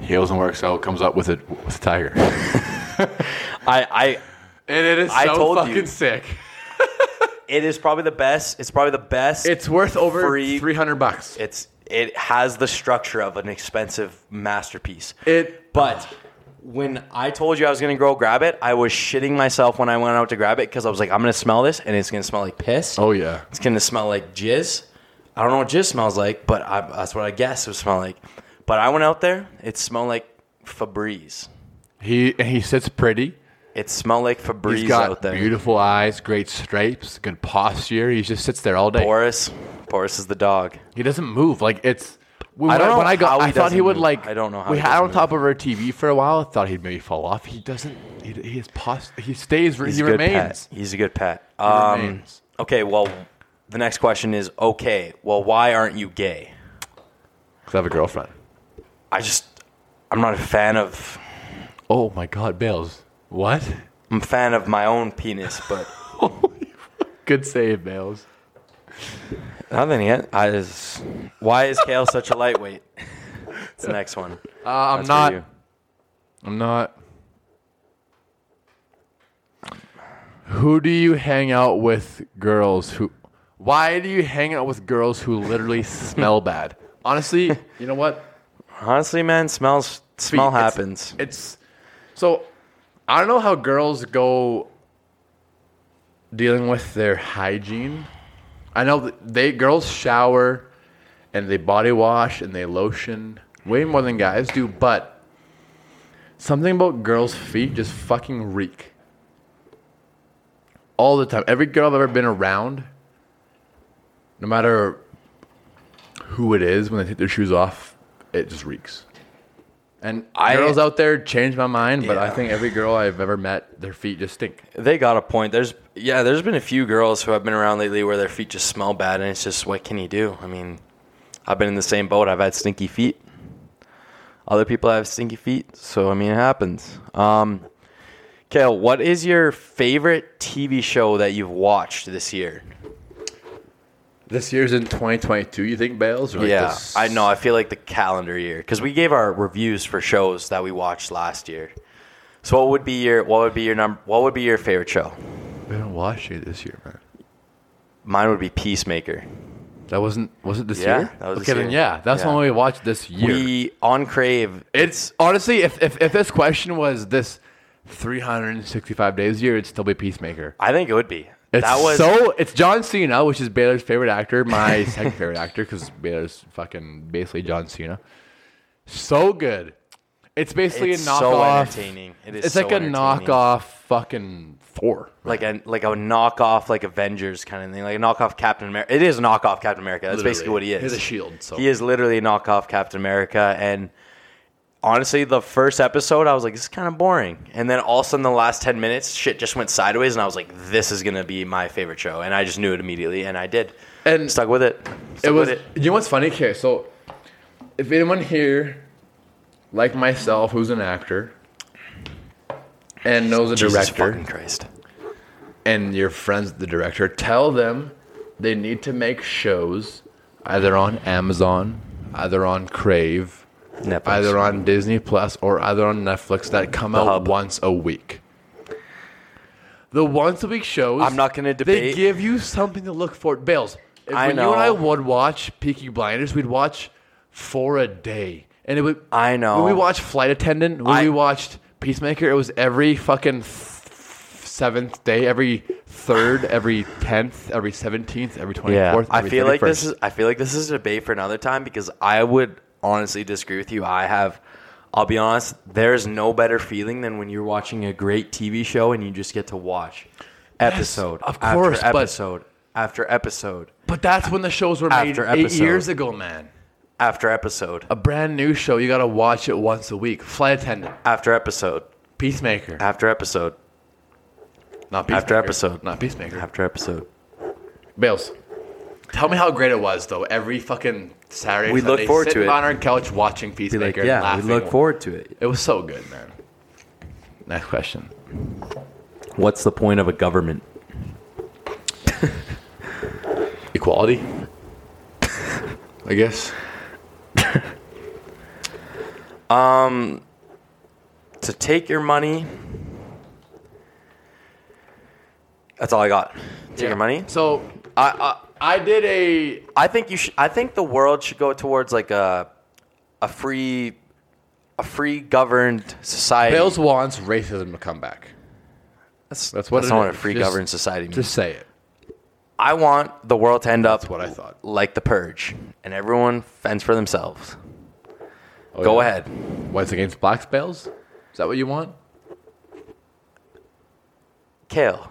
Speaker 2: heals and works out, comes up with a with a tiger, and
Speaker 1: I, I
Speaker 2: it is so
Speaker 1: I told you.
Speaker 2: fucking sick.
Speaker 1: it is probably the best it's probably the best
Speaker 2: It's worth over
Speaker 1: Free-
Speaker 2: three hundred bucks.
Speaker 1: it's it has the structure of an expensive masterpiece
Speaker 2: It
Speaker 1: But when I told you I was gonna go grab it, I was shitting myself when I went out to grab it because I was like, I'm gonna smell this and it's gonna smell like piss.
Speaker 2: Oh yeah.
Speaker 1: It's gonna smell like jizz. I don't know what jizz smells like, but I, that's what I guess it would smell like. But I went out there, it smelled like Febreze.
Speaker 2: He and he sits pretty.
Speaker 1: It smelled like Febreze
Speaker 2: He's got
Speaker 1: out there.
Speaker 2: beautiful eyes, great stripes, good posture. He just sits there all day.
Speaker 1: Boris, Boris is the dog.
Speaker 2: He doesn't move. Like it's. When
Speaker 1: I don't know
Speaker 2: when I got,
Speaker 1: how he
Speaker 2: I thought he
Speaker 1: doesn't
Speaker 2: would
Speaker 1: move.
Speaker 2: like.
Speaker 1: I don't know how
Speaker 2: We
Speaker 1: he
Speaker 2: had
Speaker 1: doesn't
Speaker 2: on top of our TV for a while. I thought he'd maybe fall off. He doesn't. He, he is pos. He stays.
Speaker 1: He's
Speaker 2: he
Speaker 1: a good
Speaker 2: remains.
Speaker 1: pet. He's a good pet. Um,
Speaker 2: remains.
Speaker 1: Okay, well, the next question is okay. Well, why aren't you gay?
Speaker 2: Cause I have a girlfriend.
Speaker 1: I just, I'm not a fan of
Speaker 2: Oh my God, Bales. What?
Speaker 1: I'm a fan of my own penis, but
Speaker 2: Good save, Bales.
Speaker 1: nothing yet. I just, why is Kale such a lightweight? It's the next one.
Speaker 2: Uh, I'm
Speaker 1: That's for
Speaker 2: not.
Speaker 1: you.
Speaker 2: I'm not. Who do you hang out with girls who why do you hang out with girls who literally smell bad? Honestly, you know what?
Speaker 1: Honestly, man, smells smell
Speaker 2: It's-
Speaker 1: happens.
Speaker 2: It's so I don't know how girls go dealing with their hygiene. I know that they girls shower and they body wash and they lotion way more than guys do, but something about girls' feet just fucking reek. All the time. Every girl I've ever been around, no matter who it is, when they take their shoes off, it just reeks. And
Speaker 1: I-
Speaker 2: girls out there changed my mind, but I
Speaker 1: Yeah.
Speaker 2: think every girl I've ever met, their feet just stink.
Speaker 1: They got a point. There's yeah, there's been a few girls who I've been around lately where their feet just smell bad, and it's just what can you do? I mean, I've been in the same boat. I've had stinky feet. Other people have stinky feet, so I mean, it happens. Um, Kale, what is your favorite TV show that you've watched this year?
Speaker 2: This year's in 2022, you think, Bales? Or like
Speaker 1: yeah,
Speaker 2: this-
Speaker 1: I know. I feel like the calendar year because we gave our reviews for shows that we watched last year. So what would be your what would be your number what would be your favorite show?
Speaker 2: We haven't watched it this year, man.
Speaker 1: Mine would be Peacemaker.
Speaker 2: That wasn't was it this
Speaker 1: Yeah,
Speaker 2: year?
Speaker 1: that was
Speaker 2: okay,
Speaker 1: this
Speaker 2: then
Speaker 1: year.
Speaker 2: yeah, that's
Speaker 1: Yeah.
Speaker 2: one we watched this year.
Speaker 1: We on Crave.
Speaker 2: it's honestly, if, if if this question was this 365 days a year, it'd still be Peacemaker.
Speaker 1: I think it would be.
Speaker 2: It's
Speaker 1: that was
Speaker 2: so. It's John Cena, which is Baylor's favorite actor, my second favorite actor, because Baylor's fucking basically John Cena. So good. It's basically
Speaker 1: it's
Speaker 2: a knockoff.
Speaker 1: so entertaining. It is.
Speaker 2: It's
Speaker 1: so
Speaker 2: like a
Speaker 1: entertaining.
Speaker 2: knockoff fucking Thor.
Speaker 1: like a like a knockoff like Avengers kind of thing, like a knockoff Captain America. It is a knockoff Captain America. That's basically what he is.
Speaker 2: He's a shield. So
Speaker 1: He is literally a knockoff Captain America. And honestly, the first episode, I was like, this is kind of boring. And then all of a sudden, the last 10 minutes, shit just went sideways. And I was like, this is going to be my favorite show. And I just knew it immediately. And I did.
Speaker 2: And-
Speaker 1: stuck with it. Stuck
Speaker 2: it was.
Speaker 1: with it.
Speaker 2: You know what's funny? Okay, so if anyone here, like myself, who's an actor and knows a
Speaker 1: Jesus
Speaker 2: director,
Speaker 1: fucking Christ.
Speaker 2: and your friends with the director, tell them they need to make shows either on Amazon, either on Crave,
Speaker 1: Netflix.
Speaker 2: either on Disney Plus or either on Netflix that come out
Speaker 1: Hub.
Speaker 2: once a week. The once a week shows.
Speaker 1: I'm not gonna
Speaker 2: They
Speaker 1: debate.
Speaker 2: give you something to look forward. Bales. If
Speaker 1: I
Speaker 2: when you and I
Speaker 1: know.
Speaker 2: would watch Peaky Blinders, we'd watch for a day, and it would.
Speaker 1: I know.
Speaker 2: When we watched Flight Attendant, when
Speaker 1: I-
Speaker 2: we watched Peacemaker, it was every fucking th- seventh day, every third, every tenth, every seventeenth, every twenty
Speaker 1: Yeah,
Speaker 2: fourth.
Speaker 1: I feel like this is. I feel like this is a debate for another time because I would honestly disagree with you. I have. I'll be honest. There's no better feeling than when you're watching a great TV show and you just get to watch episode
Speaker 2: of course, but-
Speaker 1: after episode after episode
Speaker 2: But that's when the shows were made
Speaker 1: After
Speaker 2: eight
Speaker 1: episode.
Speaker 2: years ago, man.
Speaker 1: after episode
Speaker 2: a brand new show, you gotta watch it once a week. Flight attendant,
Speaker 1: after episode
Speaker 2: Peacemaker,
Speaker 1: after episode
Speaker 2: not Peacemaker.
Speaker 1: after episode.
Speaker 2: not Peacemaker.
Speaker 1: after episode.
Speaker 2: Bales, tell me how great it was though. Every fucking Saturday,
Speaker 1: We
Speaker 2: Sunday,
Speaker 1: look forward to
Speaker 2: sitting
Speaker 1: it.
Speaker 2: on our couch watching
Speaker 1: Be
Speaker 2: Peacemaker.
Speaker 1: like,
Speaker 2: and
Speaker 1: yeah, we
Speaker 2: laughing.
Speaker 1: look forward to it.
Speaker 2: It was so good, man. Next question.
Speaker 1: What's the point of a government?
Speaker 2: Equality. I guess.
Speaker 1: to take your money. That's all I got. Take your money.
Speaker 2: So
Speaker 1: I,
Speaker 2: I did a
Speaker 1: I I think you should. I think the world should go towards like a a free a free governed society.
Speaker 2: Bales wants racism to come back.
Speaker 1: that's,
Speaker 2: that's what
Speaker 1: that's
Speaker 2: it
Speaker 1: not what a
Speaker 2: is.
Speaker 1: free
Speaker 2: Just-
Speaker 1: governed society means.
Speaker 2: Just say it.
Speaker 1: I want the world to end up
Speaker 2: That's what I thought.
Speaker 1: like the purge, and everyone fends for themselves.
Speaker 2: Oh,
Speaker 1: go
Speaker 2: yeah.
Speaker 1: ahead.
Speaker 2: Whites against blacks, Bales. Is that what you want?
Speaker 1: Kale.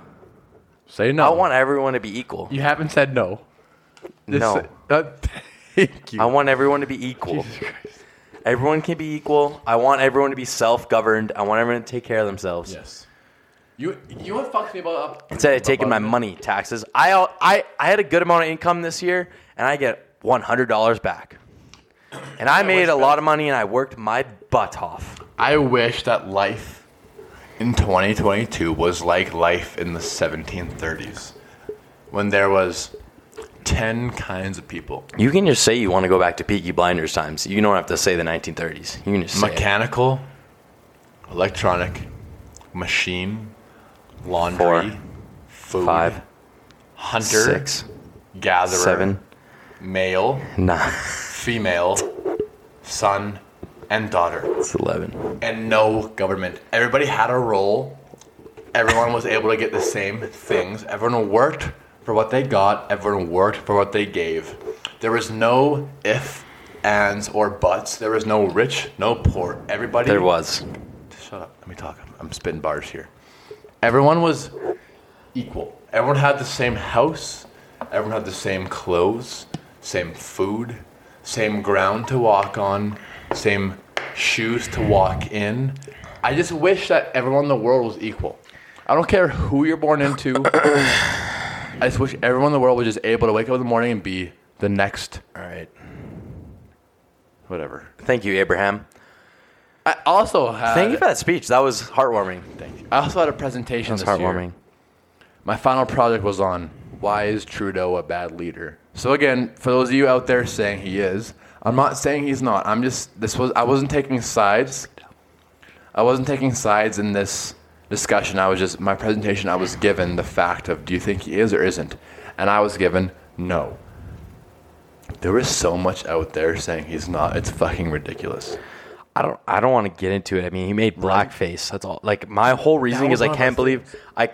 Speaker 2: Say no.
Speaker 1: I want everyone to be equal.
Speaker 2: You haven't said no. Just
Speaker 1: No.
Speaker 2: say- uh, thank you.
Speaker 1: I want everyone to be equal. Everyone can be equal. I want everyone to be self-governed. I want everyone to take care of themselves.
Speaker 2: Yes. You you want fuck me about up?
Speaker 1: Instead of taking my money, taxes, I, I, I had a good amount of income this year, and I get $100 back. And I made a lot of money, and I worked my butt off.
Speaker 2: I wish that life in 2022 was like life in the 1730s, when there was ten kinds of people:
Speaker 1: You can just say you want to go back to Peaky Blinders times. You don't have to say the 1930s. You can just say it.
Speaker 2: mechanical, electronic, machine, laundry,
Speaker 1: Four,
Speaker 2: food,
Speaker 1: five,
Speaker 2: hunter,
Speaker 1: six,
Speaker 2: gatherer,
Speaker 1: seven,
Speaker 2: male,
Speaker 1: nine,
Speaker 2: female, son, and daughter.
Speaker 1: it's 11.
Speaker 2: and no government. Everybody had a role. Everyone was able to get the same things. Everyone worked for what they got. Everyone worked for what they gave. There was no if, ands, or buts. There was no rich, no poor. Everybody.
Speaker 1: There was.
Speaker 2: Shut up. Let me talk. I'm, I'm spitting bars here. Everyone was equal. Everyone had the same house. Everyone had the same clothes, same food, same ground to walk on, same shoes to walk in. I just wish that everyone in the world was equal. I don't care who you're born into. I just wish everyone in the world was just able to wake up in the morning and be the next
Speaker 1: All right.
Speaker 2: whatever.
Speaker 1: Thank you, Abraham.
Speaker 2: I also had
Speaker 1: Thank you for that speech. That was heartwarming.
Speaker 2: I also had a presentation
Speaker 1: That was
Speaker 2: this year.
Speaker 1: heartwarming.
Speaker 2: My final project was on why is Trudeau a bad leader? So again, for those of you out there saying he is, I'm not saying he's not. I'm just this was I wasn't taking sides. I wasn't taking sides in this discussion. I was just my presentation I was given the fact of do you think he is or isn't? And I was given no. There is so much out there saying he's not. It's fucking ridiculous.
Speaker 1: I don't. I don't want to get into it. I mean, he made blackface. That's all. Like my whole reasoning
Speaker 2: was
Speaker 1: is I
Speaker 2: one of
Speaker 1: can't
Speaker 2: my
Speaker 1: believe I.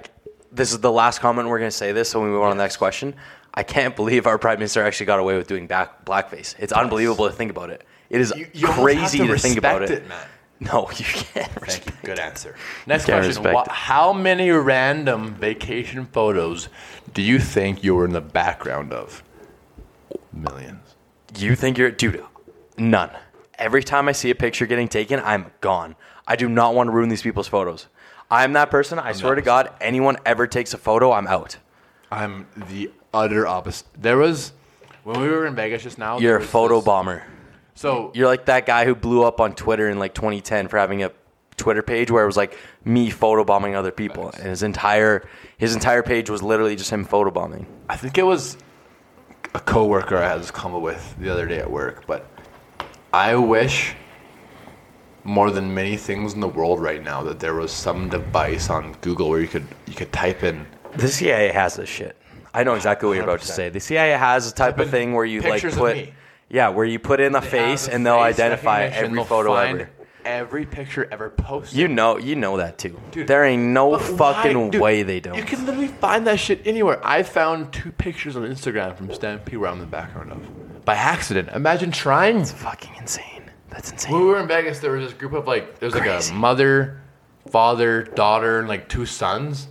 Speaker 1: This is the last comment we're gonna say this, so we move on to the next question. I can't believe our prime minister actually got away with doing back blackface. It's unbelievable to think about it. It is
Speaker 2: You- you almost have
Speaker 1: crazy
Speaker 2: to
Speaker 1: to, think about
Speaker 2: respect
Speaker 1: it.
Speaker 2: it, man.
Speaker 1: No, you can't.
Speaker 2: Thank
Speaker 1: respect-
Speaker 2: you. Good answer. Next
Speaker 1: Can't
Speaker 2: question.
Speaker 1: respect
Speaker 2: Wha-
Speaker 1: it.
Speaker 2: how many random vacation photos do you think you were in the background of? Millions.
Speaker 1: You think you're, dude? None. Every time I see a picture getting taken, I'm gone. I do not want to ruin these people's photos. I'm that person. I swear to
Speaker 2: that
Speaker 1: God, anyone ever takes a photo, I'm out.
Speaker 2: I'm the utter opposite. There was, when we were in Vegas just now. there
Speaker 1: You're a
Speaker 2: was
Speaker 1: photo
Speaker 2: this-
Speaker 1: bomber.
Speaker 2: So
Speaker 1: You're like that guy who blew up on Twitter in like 2010 for having a Twitter page where it was like me photobombing other people, and his entire his entire page was literally just him photobombing.
Speaker 2: I think it was a coworker I had this combo with the other day at work, but I wish more than many things in the world right now that there was some device on Google where you could you could type in
Speaker 1: The CIA has this shit. I know exactly what you're about to
Speaker 2: 100%.
Speaker 1: say. The CIA has a type
Speaker 2: Type
Speaker 1: of
Speaker 2: in
Speaker 1: thing where you like
Speaker 2: pictures of
Speaker 1: put,
Speaker 2: me.
Speaker 1: yeah, where you put in a face and they'll
Speaker 2: face
Speaker 1: identify
Speaker 2: recognition,
Speaker 1: every
Speaker 2: they'll
Speaker 1: photo
Speaker 2: find
Speaker 1: ever.
Speaker 2: every picture ever posted.
Speaker 1: You know, you know that too.
Speaker 2: Dude,
Speaker 1: there ain't no
Speaker 2: But
Speaker 1: fucking
Speaker 2: why- dude,
Speaker 1: way they don't.
Speaker 2: You can literally find that shit anywhere. I found two pictures on Instagram from Stampede where I'm in the background of by accident. Imagine trying.
Speaker 1: fucking insane. That's
Speaker 2: When
Speaker 1: insane.
Speaker 2: we were in Vegas, there was this group of like, there was like
Speaker 1: Crazy.
Speaker 2: a mother, father, daughter, and like two sons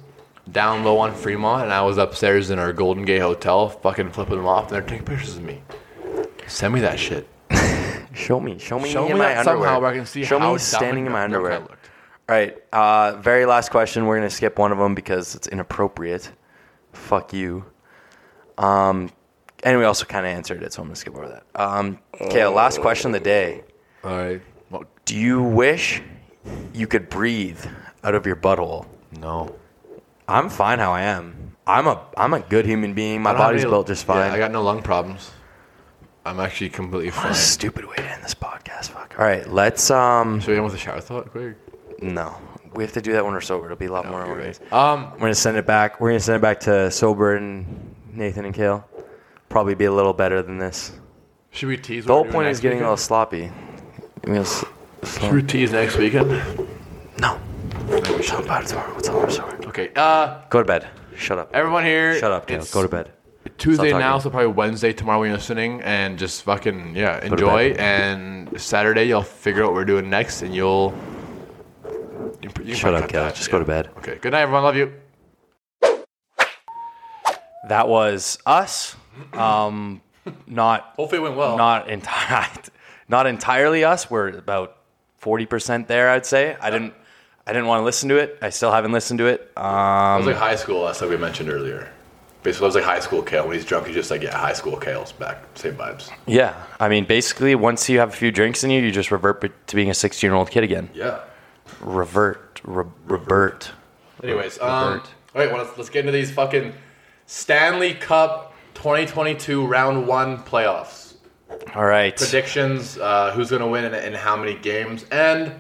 Speaker 2: down low on Fremont, and I was upstairs in our Golden Gate Hotel, fucking flipping them off, and they're taking pictures of me. Send me that shit.
Speaker 1: Show me, show me,
Speaker 2: Show
Speaker 1: in
Speaker 2: me
Speaker 1: my
Speaker 2: that
Speaker 1: underwear.
Speaker 2: somehow where I can see
Speaker 1: show
Speaker 2: how
Speaker 1: me standing
Speaker 2: dumb
Speaker 1: in
Speaker 2: and
Speaker 1: my underwear.
Speaker 2: drunk I looked.
Speaker 1: All right, uh, very last question. We're gonna skip one of them because it's inappropriate. Fuck you. Um, and we also kind of answered it, so I'm gonna skip over that. Um, okay, last question of the day.
Speaker 2: All right. Well,
Speaker 1: Do you wish you could breathe out of your butthole?
Speaker 2: no.
Speaker 1: I'm fine how I am. I'm a I'm a good human being. My
Speaker 2: I don't have
Speaker 1: body's
Speaker 2: any-
Speaker 1: built just fine.
Speaker 2: Yeah, I got no lung problems. I'm actually completely
Speaker 1: What
Speaker 2: fine.
Speaker 1: a stupid way to end this podcast. Fuck. All right, let's um.
Speaker 2: Should we end with a shower thought? Quick.
Speaker 1: No, we have to do that when we're sober. It'll be a lot more organized.
Speaker 2: Um,
Speaker 1: We're gonna send it back. We're gonna send it back to sober and Nathan and Kale. Probably be a little better than this.
Speaker 2: should we tease?
Speaker 1: The
Speaker 2: what
Speaker 1: whole
Speaker 2: we're doing
Speaker 1: point
Speaker 2: next
Speaker 1: is getting a little
Speaker 2: weekend?
Speaker 1: sloppy. I mean, it's-
Speaker 2: Should we tease next weekend?
Speaker 1: No,
Speaker 2: Maybe we
Speaker 1: talk
Speaker 2: should.
Speaker 1: about it tomorrow. We'll talk about it tomorrow.
Speaker 2: Okay. Uh,
Speaker 1: Go to bed. Shut up.
Speaker 2: everyone here.
Speaker 1: Shut up, Kale.
Speaker 2: it's
Speaker 1: Go to bed. Stop
Speaker 2: Tuesday
Speaker 1: talking.
Speaker 2: now, so probably Wednesday tomorrow when you're listening, and just fucking yeah,
Speaker 1: to
Speaker 2: enjoy.
Speaker 1: bed.
Speaker 2: And Saturday you'll figure out what we're doing next, and you'll. You, pr- you
Speaker 1: Shut
Speaker 2: might
Speaker 1: up,
Speaker 2: cut
Speaker 1: Kale.
Speaker 2: that,
Speaker 1: Just go
Speaker 2: yeah.
Speaker 1: to bed.
Speaker 2: Okay. Good night, everyone. Love you.
Speaker 1: That was us. Um, not
Speaker 2: Hopefully it went well.
Speaker 1: not entire, not entirely us. We're about forty percent there, I'd say. I didn't, I didn't want to listen to it. I still haven't listened to it.
Speaker 2: It
Speaker 1: Um,
Speaker 2: was like high school, that's like we mentioned earlier. Basically, it was like high school Kale. When he's drunk, he's just like, yeah, high school Kale's back. Same vibes.
Speaker 1: yeah, I mean, basically, once you have a few drinks in you, you just revert be- to being a sixteen-year-old kid again.
Speaker 2: Yeah.
Speaker 1: Revert, re- revert.
Speaker 2: Anyways, um,
Speaker 1: Revert.
Speaker 2: all right, well, let's, let's get into these fucking Stanley Cup 2022 round one playoffs.
Speaker 1: All right.
Speaker 2: Predictions, uh, who's going to win and, and how many games. And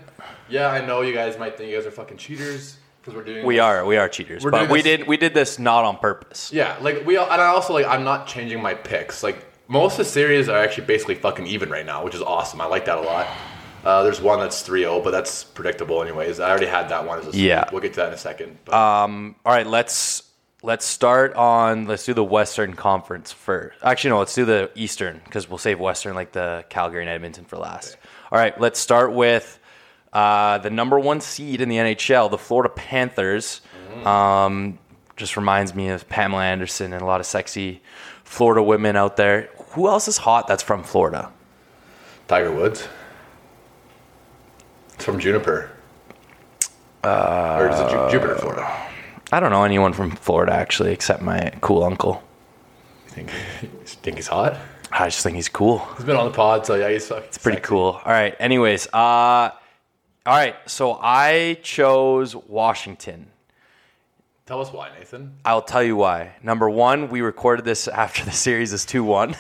Speaker 2: yeah, I know you guys might think you guys are fucking cheaters because we're doing
Speaker 1: We
Speaker 2: this-
Speaker 1: are we are cheaters,
Speaker 2: We're
Speaker 1: but
Speaker 2: doing
Speaker 1: we
Speaker 2: this-
Speaker 1: did we did this not on purpose.
Speaker 2: Yeah, like we all, and I also like I'm not changing my picks. Like most of the series are actually basically fucking even right now, which is awesome. I like that a lot. Uh, there's one that's 3-0, but that's predictable anyways. I already had that one. As a
Speaker 1: Yeah.
Speaker 2: we'll get to that in a second. But
Speaker 1: All right, let's let's start on let's do the Western Conference first. Actually, no, let's do the Eastern because we'll save Western like the Calgary and Edmonton for last. All right, let's start with uh, the number one seed in the NHL, the Florida Panthers. Um, just reminds me of Pamela Anderson and a lot of sexy Florida women out there. Who else is hot that's from Florida?
Speaker 2: Tiger Woods. It's from Juniper. Uh, or is it Ju- Jupiter, Florida?
Speaker 1: I don't know anyone from Florida actually, except my cool uncle.
Speaker 2: You think, you think he's hot?
Speaker 1: I just think he's cool.
Speaker 2: He's been on the pod, so yeah, he's fucking. It's
Speaker 1: pretty cool. All right. Anyways, uh, all right. So I chose Washington.
Speaker 2: Tell us why, Nathan.
Speaker 1: I'll tell you why. Number one, we recorded this after the series is two one,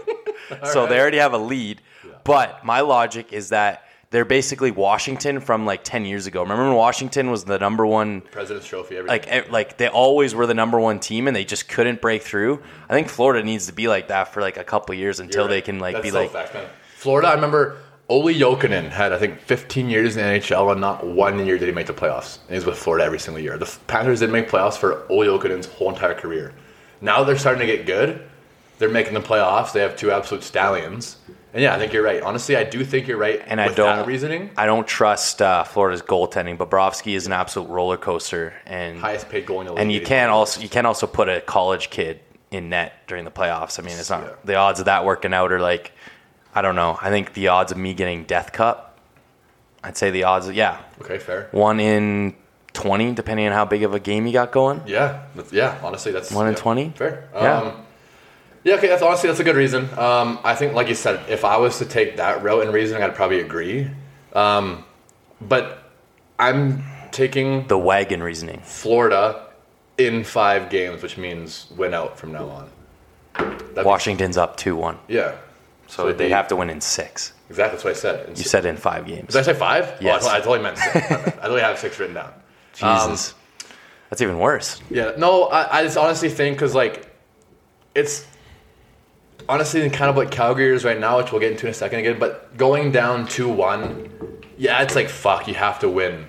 Speaker 1: so they already have a lead. But my logic is that they're basically Washington from like ten years ago. Remember when Washington was the number one
Speaker 2: President's Trophy. Everything.
Speaker 1: like e- like they always were the number one team and they just couldn't break through. I think Florida needs to be like that for like a couple years until
Speaker 2: You're
Speaker 1: they
Speaker 2: right.
Speaker 1: can like
Speaker 2: That's
Speaker 1: be
Speaker 2: so
Speaker 1: like
Speaker 2: fact, man. Florida. I remember Ole Jokinen had I think 15 years in the NHL, and not one year did he make the playoffs. And he's with Florida every single year. The Panthers didn't make playoffs for Ole Jokinen's whole entire career. Now they're starting to get good. They're making the playoffs. They have two absolute stallions. And yeah, I think you're right. Honestly, I do think you're right.
Speaker 1: and
Speaker 2: with
Speaker 1: I don't
Speaker 2: that reasoning.
Speaker 1: I don't trust uh, Florida's goaltending. Bobrovsky is an absolute roller coaster, and
Speaker 2: Highest paid goal in the league.
Speaker 1: and you can also you can also put a college kid in net during the playoffs. I mean, it's not
Speaker 2: Yeah.
Speaker 1: the odds of that working out are like I don't know. I think the odds of me getting Death Cup, I'd say the odds, yeah,
Speaker 2: Okay, fair.
Speaker 1: one in twenty, depending on how big of a game you got going.
Speaker 2: Yeah, that's, yeah. Honestly, that's
Speaker 1: One in
Speaker 2: yeah,
Speaker 1: 20?
Speaker 2: Fair.
Speaker 1: Yeah.
Speaker 2: Um, yeah. Okay. That's honestly that's a good reason. Um, I think, like you said, if I was to take that route and reasoning, I'd probably agree. Um, but I'm taking
Speaker 1: The wagon reasoning.
Speaker 2: Florida in five games, which means win out from now on. That'd be-
Speaker 1: Washington's up two one,
Speaker 2: yeah.
Speaker 1: so,
Speaker 2: it'd
Speaker 1: they'd
Speaker 2: be-
Speaker 1: have to win in six.
Speaker 2: Exactly, that's what I said.
Speaker 1: You said in five games.
Speaker 2: Did I say five? Oh,
Speaker 1: Yes.
Speaker 2: I, I totally meant six. My bad. I totally have six written down. um,
Speaker 1: Jesus, that's even worse.
Speaker 2: Yeah, no, I, I just honestly think because like, it's honestly kind of like Calgary is right now, which we'll get into in a second again. But going down two one, yeah, it's like fuck, you have to win.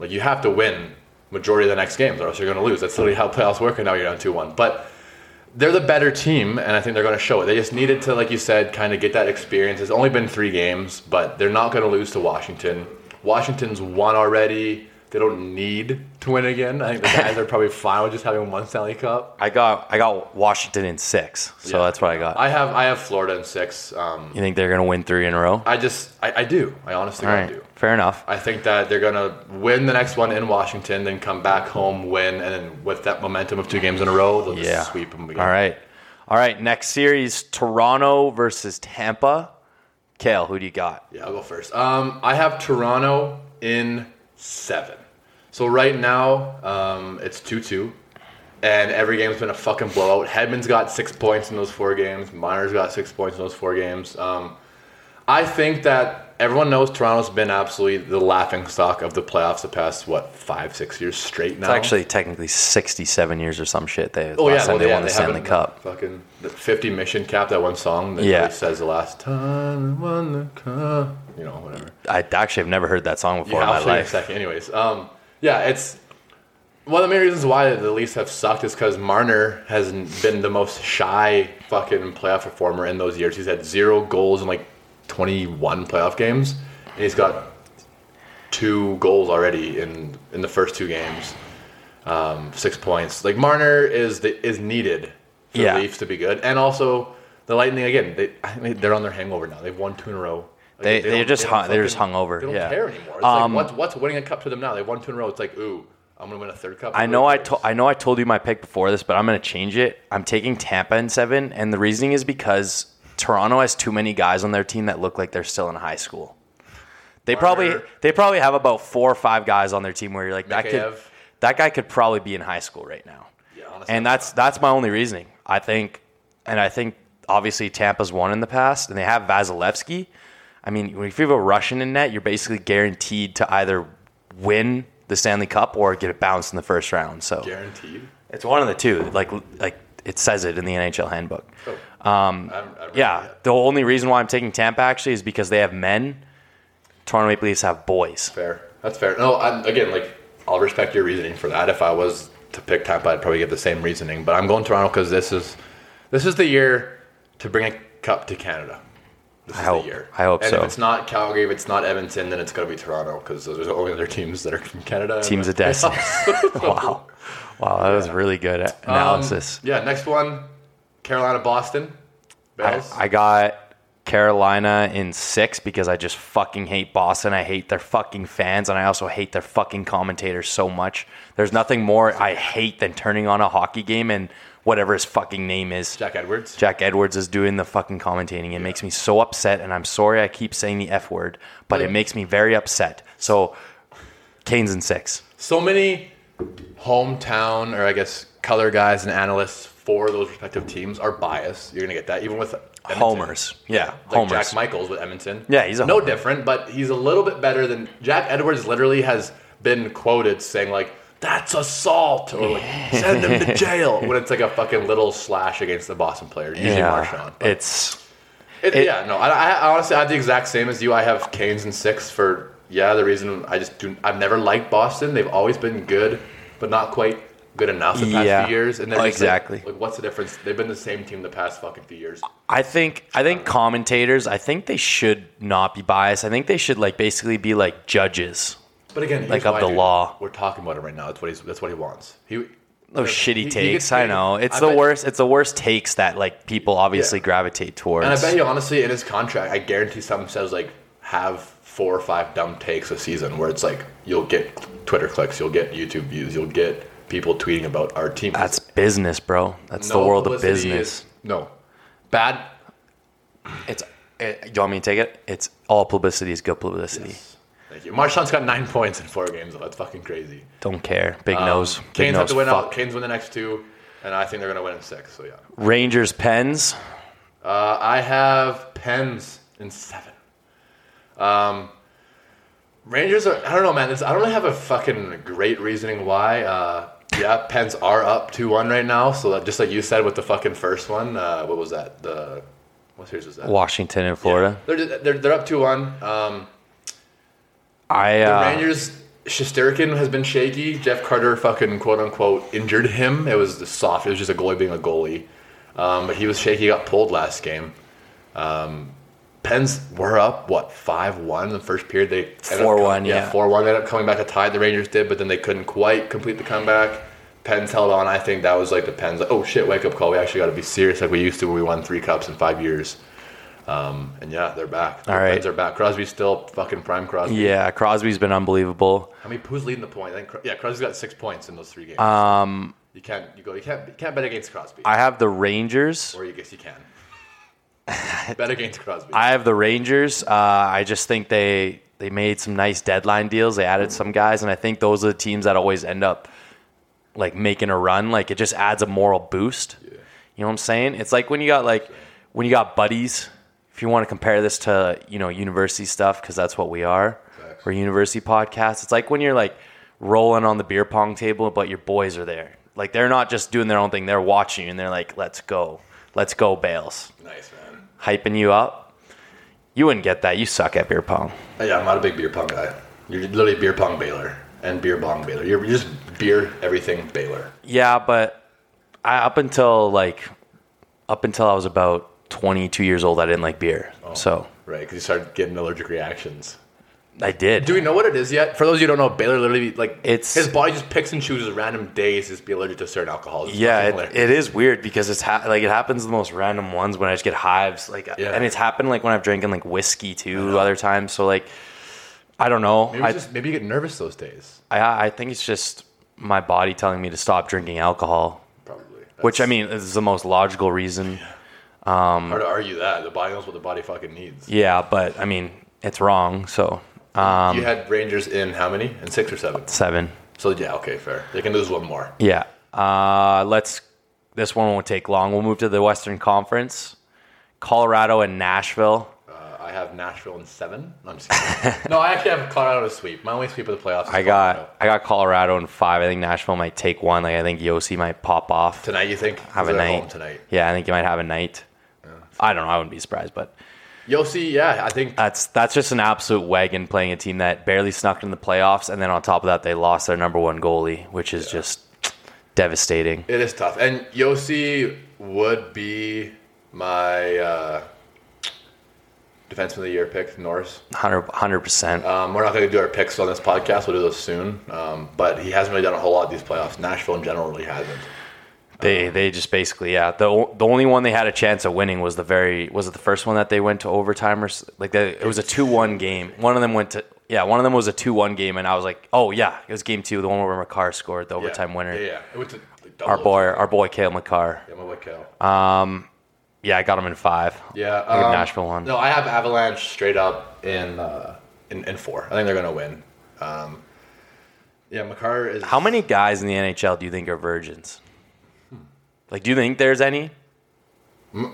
Speaker 2: Like you have to win majority of the next games, or else you're going to lose. That's literally how playoffs work. And now you're down two one, but. They're the better team, and I think they're going to show it. They just needed to, like you said, kind of get that experience. It's only been three games, but they're not going to lose to Washington. Washington's won already. They don't need to win again. I think the guys are probably fine with just having one Stanley Cup.
Speaker 1: I got I got Washington in six, so
Speaker 2: Yeah.
Speaker 1: that's what I got.
Speaker 2: I have I have Florida in six. Um,
Speaker 1: you think they're gonna win three in a row?
Speaker 2: I just I, I do. I honestly
Speaker 1: All
Speaker 2: I do.
Speaker 1: right, fair enough.
Speaker 2: I think that they're gonna win the next one in Washington, then come back home, win, and then with that momentum of two games in a row, they'll
Speaker 1: Yeah.
Speaker 2: just sweep them.
Speaker 1: All right, all right. Next series: Toronto versus Tampa. Kale, who do you got?
Speaker 2: Yeah, I'll go first. Um, I have Toronto in seven. So right now, um, it's two two, and every game's been a fucking blowout. Hedman's got six points in those four games. Miner's got six points in those four games. Um, I think that everyone knows Toronto's been absolutely the laughing stock of the playoffs the past what five six years straight now.
Speaker 1: It's actually technically sixty-seven years or some shit. They
Speaker 2: Oh
Speaker 1: last
Speaker 2: yeah,
Speaker 1: time
Speaker 2: well,
Speaker 1: they
Speaker 2: yeah,
Speaker 1: won the Stanley
Speaker 2: haven't
Speaker 1: Cup.
Speaker 2: Fucking the 50 mission cap. That one song that
Speaker 1: Yeah.
Speaker 2: really says the last time I won the cup. You know, whatever.
Speaker 1: I actually have never heard that song before
Speaker 2: Yeah, I'll
Speaker 1: in
Speaker 2: show
Speaker 1: my
Speaker 2: you in a
Speaker 1: life.
Speaker 2: second. Anyways, um, yeah, it's one of the main reasons why the Leafs have sucked is because Marner has been the most shy fucking playoff performer in those years. He's had zero goals in like 21 playoff games, and he's got two goals already in in the first two games. Um, six points. Like Marner is the, is needed for
Speaker 1: Yeah.
Speaker 2: the Leafs to be good, and also the Lightning again. They I think they're on their hangover now. Theyve won two in a row. Like,
Speaker 1: They-
Speaker 2: don't-
Speaker 1: they're just
Speaker 2: don't
Speaker 1: hung- they're just
Speaker 2: fucking-
Speaker 1: hungover,
Speaker 2: They don't
Speaker 1: yeah.
Speaker 2: care anymore. It's
Speaker 1: Um,
Speaker 2: like what's what's winning a cup to them now? They won two in a row. It's like ooh, I'm gonna win a third cup.
Speaker 1: I know I,
Speaker 2: told.
Speaker 1: to- I know I told you my pick before this, but I'm going to change it. I'm taking Tampa in seven, and the reasoning is because Toronto has too many guys on their team that look like they're still in high school. They probably
Speaker 2: Marner.
Speaker 1: they probably have about four or five guys on their team where you're like that
Speaker 2: Mikheyev.
Speaker 1: could that guy could probably be in high school right now.
Speaker 2: Yeah, honestly.
Speaker 1: and that's that's my only reasoning. I think, and I think obviously Tampa's won in the past, and they have Vasilevsky. I mean, if you have a Russian in net, you're basically guaranteed to either win the Stanley Cup or get it bounced in the first round. So
Speaker 2: guaranteed.
Speaker 1: it's one of the two. Like like it says it in the NHL handbook.
Speaker 2: Oh. I'm, I'm
Speaker 1: Um, Yeah, the only reason why I'm taking Tampa actually is because they have men. Toronto Maple Leafs have boys.
Speaker 2: Fair. That's fair. No, I'm, again, like I'll respect your reasoning for that. If I was to pick Tampa, I'd probably get the same reasoning. But I'm going Toronto because this is this is the year to bring a cup to Canada. This
Speaker 1: I
Speaker 2: is
Speaker 1: hope-
Speaker 2: the year.
Speaker 1: I hope
Speaker 2: and
Speaker 1: so.
Speaker 2: If it's not Calgary, if it's not Edmonton, then it's gonna be Toronto because those are the only other teams that are from Canada.
Speaker 1: Teams of destiny. wow, wow, that was really good a- analysis.
Speaker 2: Yeah. Next one, Carolina, Boston.
Speaker 1: I,
Speaker 2: Bells.
Speaker 1: I got Carolina in six because I just fucking hate Boston. I hate their fucking fans, and I also hate their fucking commentators so much. There's nothing more I hate than turning on a hockey game and whatever his fucking name is.
Speaker 2: Jack Edwards.
Speaker 1: Jack Edwards is doing the fucking commentating. It makes me so upset, and I'm sorry I keep saying the F word, but it makes me very upset. So, Kane's in six.
Speaker 2: so many hometown or I guess color guys and analysts for those respective teams are biased. You're gonna get that even with Edmonton.
Speaker 1: Homers. Yeah,
Speaker 2: like
Speaker 1: homers.
Speaker 2: Jack Michaels with Edmonton.
Speaker 1: Yeah, he's a
Speaker 2: no
Speaker 1: homer.
Speaker 2: different, but he's a little bit better than Jack Edwards. Literally has been quoted saying like. That's assault, or like send him to jail when it's like a fucking little slash against the Boston player, usually
Speaker 1: yeah,
Speaker 2: Marchand. But
Speaker 1: it's
Speaker 2: it-
Speaker 1: It-
Speaker 2: yeah, no, I, I honestly I have the exact same as you. I have Canes and six for yeah. The reason I just do I've never liked Boston. They've always been good, but not quite good enough the past
Speaker 1: Yeah.
Speaker 2: few years. And they're
Speaker 1: Oh,
Speaker 2: just like-
Speaker 1: exactly.
Speaker 2: Like, what's the difference? They've been the same team the past fucking few years.
Speaker 1: I think I think commentators, I think they should not be biased. I think they should like basically be like judges.
Speaker 2: But again, here's
Speaker 1: Like of
Speaker 2: why,
Speaker 1: the
Speaker 2: dude.
Speaker 1: law.
Speaker 2: we're talking about it right now. That's what he's. That's what he wants. He
Speaker 1: Those
Speaker 2: he-
Speaker 1: shitty
Speaker 2: he
Speaker 1: takes.
Speaker 2: gets
Speaker 1: I
Speaker 2: paid.
Speaker 1: know. It's
Speaker 2: I
Speaker 1: the
Speaker 2: bet-
Speaker 1: worst it's the worst takes that like people obviously
Speaker 2: Yeah.
Speaker 1: gravitate towards.
Speaker 2: And I bet you honestly, in his contract, I guarantee something says like have four or five dumb takes a season, where it's like you'll get Twitter clicks, you'll get YouTube views, you'll get people tweeting about our team.
Speaker 1: That's business, bro. That's
Speaker 2: No
Speaker 1: the world of
Speaker 2: publicity
Speaker 1: business.
Speaker 2: is- no, bad.
Speaker 1: It's eh, you want me to take it? It's all publicity is good publicity.
Speaker 2: Thank you. Marshawn's got nine points in four games. Though. That's fucking crazy.
Speaker 1: Don't care. Big nose. Big
Speaker 2: Canes
Speaker 1: nose.
Speaker 2: have Um, to win out.
Speaker 1: fuck.
Speaker 2: Canes win the next two. and I think they're going to win in six. So yeah,
Speaker 1: Rangers Pens.
Speaker 2: uh, I have Pens in seven. Um, Rangers are. I don't know, man. It's, I don't really have a fucking great reasoning why. Uh, yeah, Pens are up two one right now. So that, just like you said with the fucking first one, uh, what was that? The what series was that?
Speaker 1: Washington and Florida.
Speaker 2: They're, just- they're, they're up 2 1. Um,
Speaker 1: I
Speaker 2: the
Speaker 1: uh,
Speaker 2: Rangers, Shisterkin has been shaky. Jeff Carter fucking quote unquote injured him. It was the soft. It was just a goalie being a goalie. Um, but he was shaky, got pulled last game. Um, Pens were up, what, 5 1 the first period? They ended up
Speaker 1: 4-1,
Speaker 2: com-
Speaker 1: yeah.
Speaker 2: 4 1. They ended up coming back a tie, the Rangers did, but then they couldn't quite complete the comeback. Pens held on. I think that was like the Pens, like, oh shit, wake up call. We actually got to be serious like we used to when we won three cups in five years. Um, and yeah, they're back. The
Speaker 1: All right.
Speaker 2: Pens are back. Crosby's still fucking prime Crosby.
Speaker 1: yeah, Crosby's been unbelievable.
Speaker 2: I mean, who's leading the point? I think, Cro- yeah, Crosby's got six points in those three games.
Speaker 1: Um,
Speaker 2: you can't you go you can't you can't bet against Crosby.
Speaker 1: I have the Rangers.
Speaker 2: or you guess you can. bet against Crosby.
Speaker 1: I have the Rangers. Uh, I just think they they made some nice deadline deals. They added some guys, and I think those are the teams that always end up like making a run. Like it just adds a moral boost. You know what I'm saying? It's like when you got like when you got buddies. If you want to compare this to you know university stuff, because that's what we are.
Speaker 2: Facts.
Speaker 1: We're university podcasts. It's like when you're like rolling on the beer pong table, but your boys are there. Like they're not just doing their own thing; they're watching you, and they're like, "Let's go, let's go, Bales."
Speaker 2: nice man.
Speaker 1: hyping you up. You wouldn't get that. You suck at beer pong.
Speaker 2: Oh, yeah, I'm not a big beer pong guy. You're literally beer pong Baylor and beer bong Baylor. You're, you're just beer everything Baylor.
Speaker 1: Yeah, but I, up until like up until I was about 22 years old, I didn't like beer. So
Speaker 2: Right, because you start getting allergic reactions.
Speaker 1: I did.
Speaker 2: Do we know what it is yet? For those of you who don't know, Baylor literally like
Speaker 1: It's-
Speaker 2: his body just picks and chooses random days to be allergic to certain alcohols. It's
Speaker 1: yeah,
Speaker 2: fucking
Speaker 1: it,
Speaker 2: hilarious.
Speaker 1: it is weird because it's ha- like it happens the most random ones when I just get hives. Like,
Speaker 2: Yeah.
Speaker 1: and it's happened like when I've drinking like whiskey too other times. So like, I don't know.
Speaker 2: maybe,
Speaker 1: I,
Speaker 2: it's just, maybe you get nervous those days.
Speaker 1: I I think it's just my body telling me to stop drinking alcohol,
Speaker 2: Probably.
Speaker 1: which I
Speaker 2: That's-
Speaker 1: mean is the most logical reason.
Speaker 2: hard to argue that the body knows what the body fucking needs.
Speaker 1: Yeah, but I mean it's wrong. So Um,
Speaker 2: you had Rangers in how many? In six or seven?
Speaker 1: Seven.
Speaker 2: So yeah, okay, fair. They can lose one more.
Speaker 1: Yeah. Uh, let's. This one won't take long. We'll move to the Western Conference. Colorado and Nashville.
Speaker 2: Uh, I have Nashville in seven. No, I'm just kidding. no, I actually have Colorado to sweep. My only sweep of the playoffs. Is
Speaker 1: I
Speaker 2: Colorado.
Speaker 1: got I got Colorado in five. I think Nashville might take one. Like I think Yossi might pop off.
Speaker 2: tonight. You think
Speaker 1: have a
Speaker 2: They're at
Speaker 1: night
Speaker 2: home tonight?
Speaker 1: Yeah, I think he might have a night. I don't know. I wouldn't be surprised, but
Speaker 2: Yossi, yeah, I think
Speaker 1: that's that's just an absolute wagon playing a team that barely snuck in the playoffs, and then on top of that, they lost their number one goalie, which is just devastating.
Speaker 2: it is tough. And Yossi would be my uh, defenseman of the year pick, Norris.
Speaker 1: 100 percent.
Speaker 2: Um, we're not going to do our picks on this podcast. We'll do those soon. Um, but he hasn't really done a whole lot these playoffs. Nashville in general really hasn't.
Speaker 1: They they just basically yeah. The o- the only one they had a chance of winning was the very was it the first one that they went to overtime or s- like the, it was a two one game. One of them went to yeah. One of them was a two one game, and I was like, oh yeah, it was game two, the one where McCarr scored the
Speaker 2: Yeah.
Speaker 1: overtime winner.
Speaker 2: Yeah, yeah. It went to like,
Speaker 1: Our
Speaker 2: double
Speaker 1: boy, Uh, our boy Kale McCarr.
Speaker 2: Yeah, my boy Cal.
Speaker 1: Yeah, I got him in five.
Speaker 2: Yeah,
Speaker 1: I think
Speaker 2: um,
Speaker 1: Nashville won.
Speaker 2: No, I have Avalanche straight up in uh, in, in four. I think they're gonna win. Um, yeah, McCarr is
Speaker 1: How many guys in the NHL do you think are virgins?
Speaker 2: Hmm.
Speaker 1: Like, do you think there's any?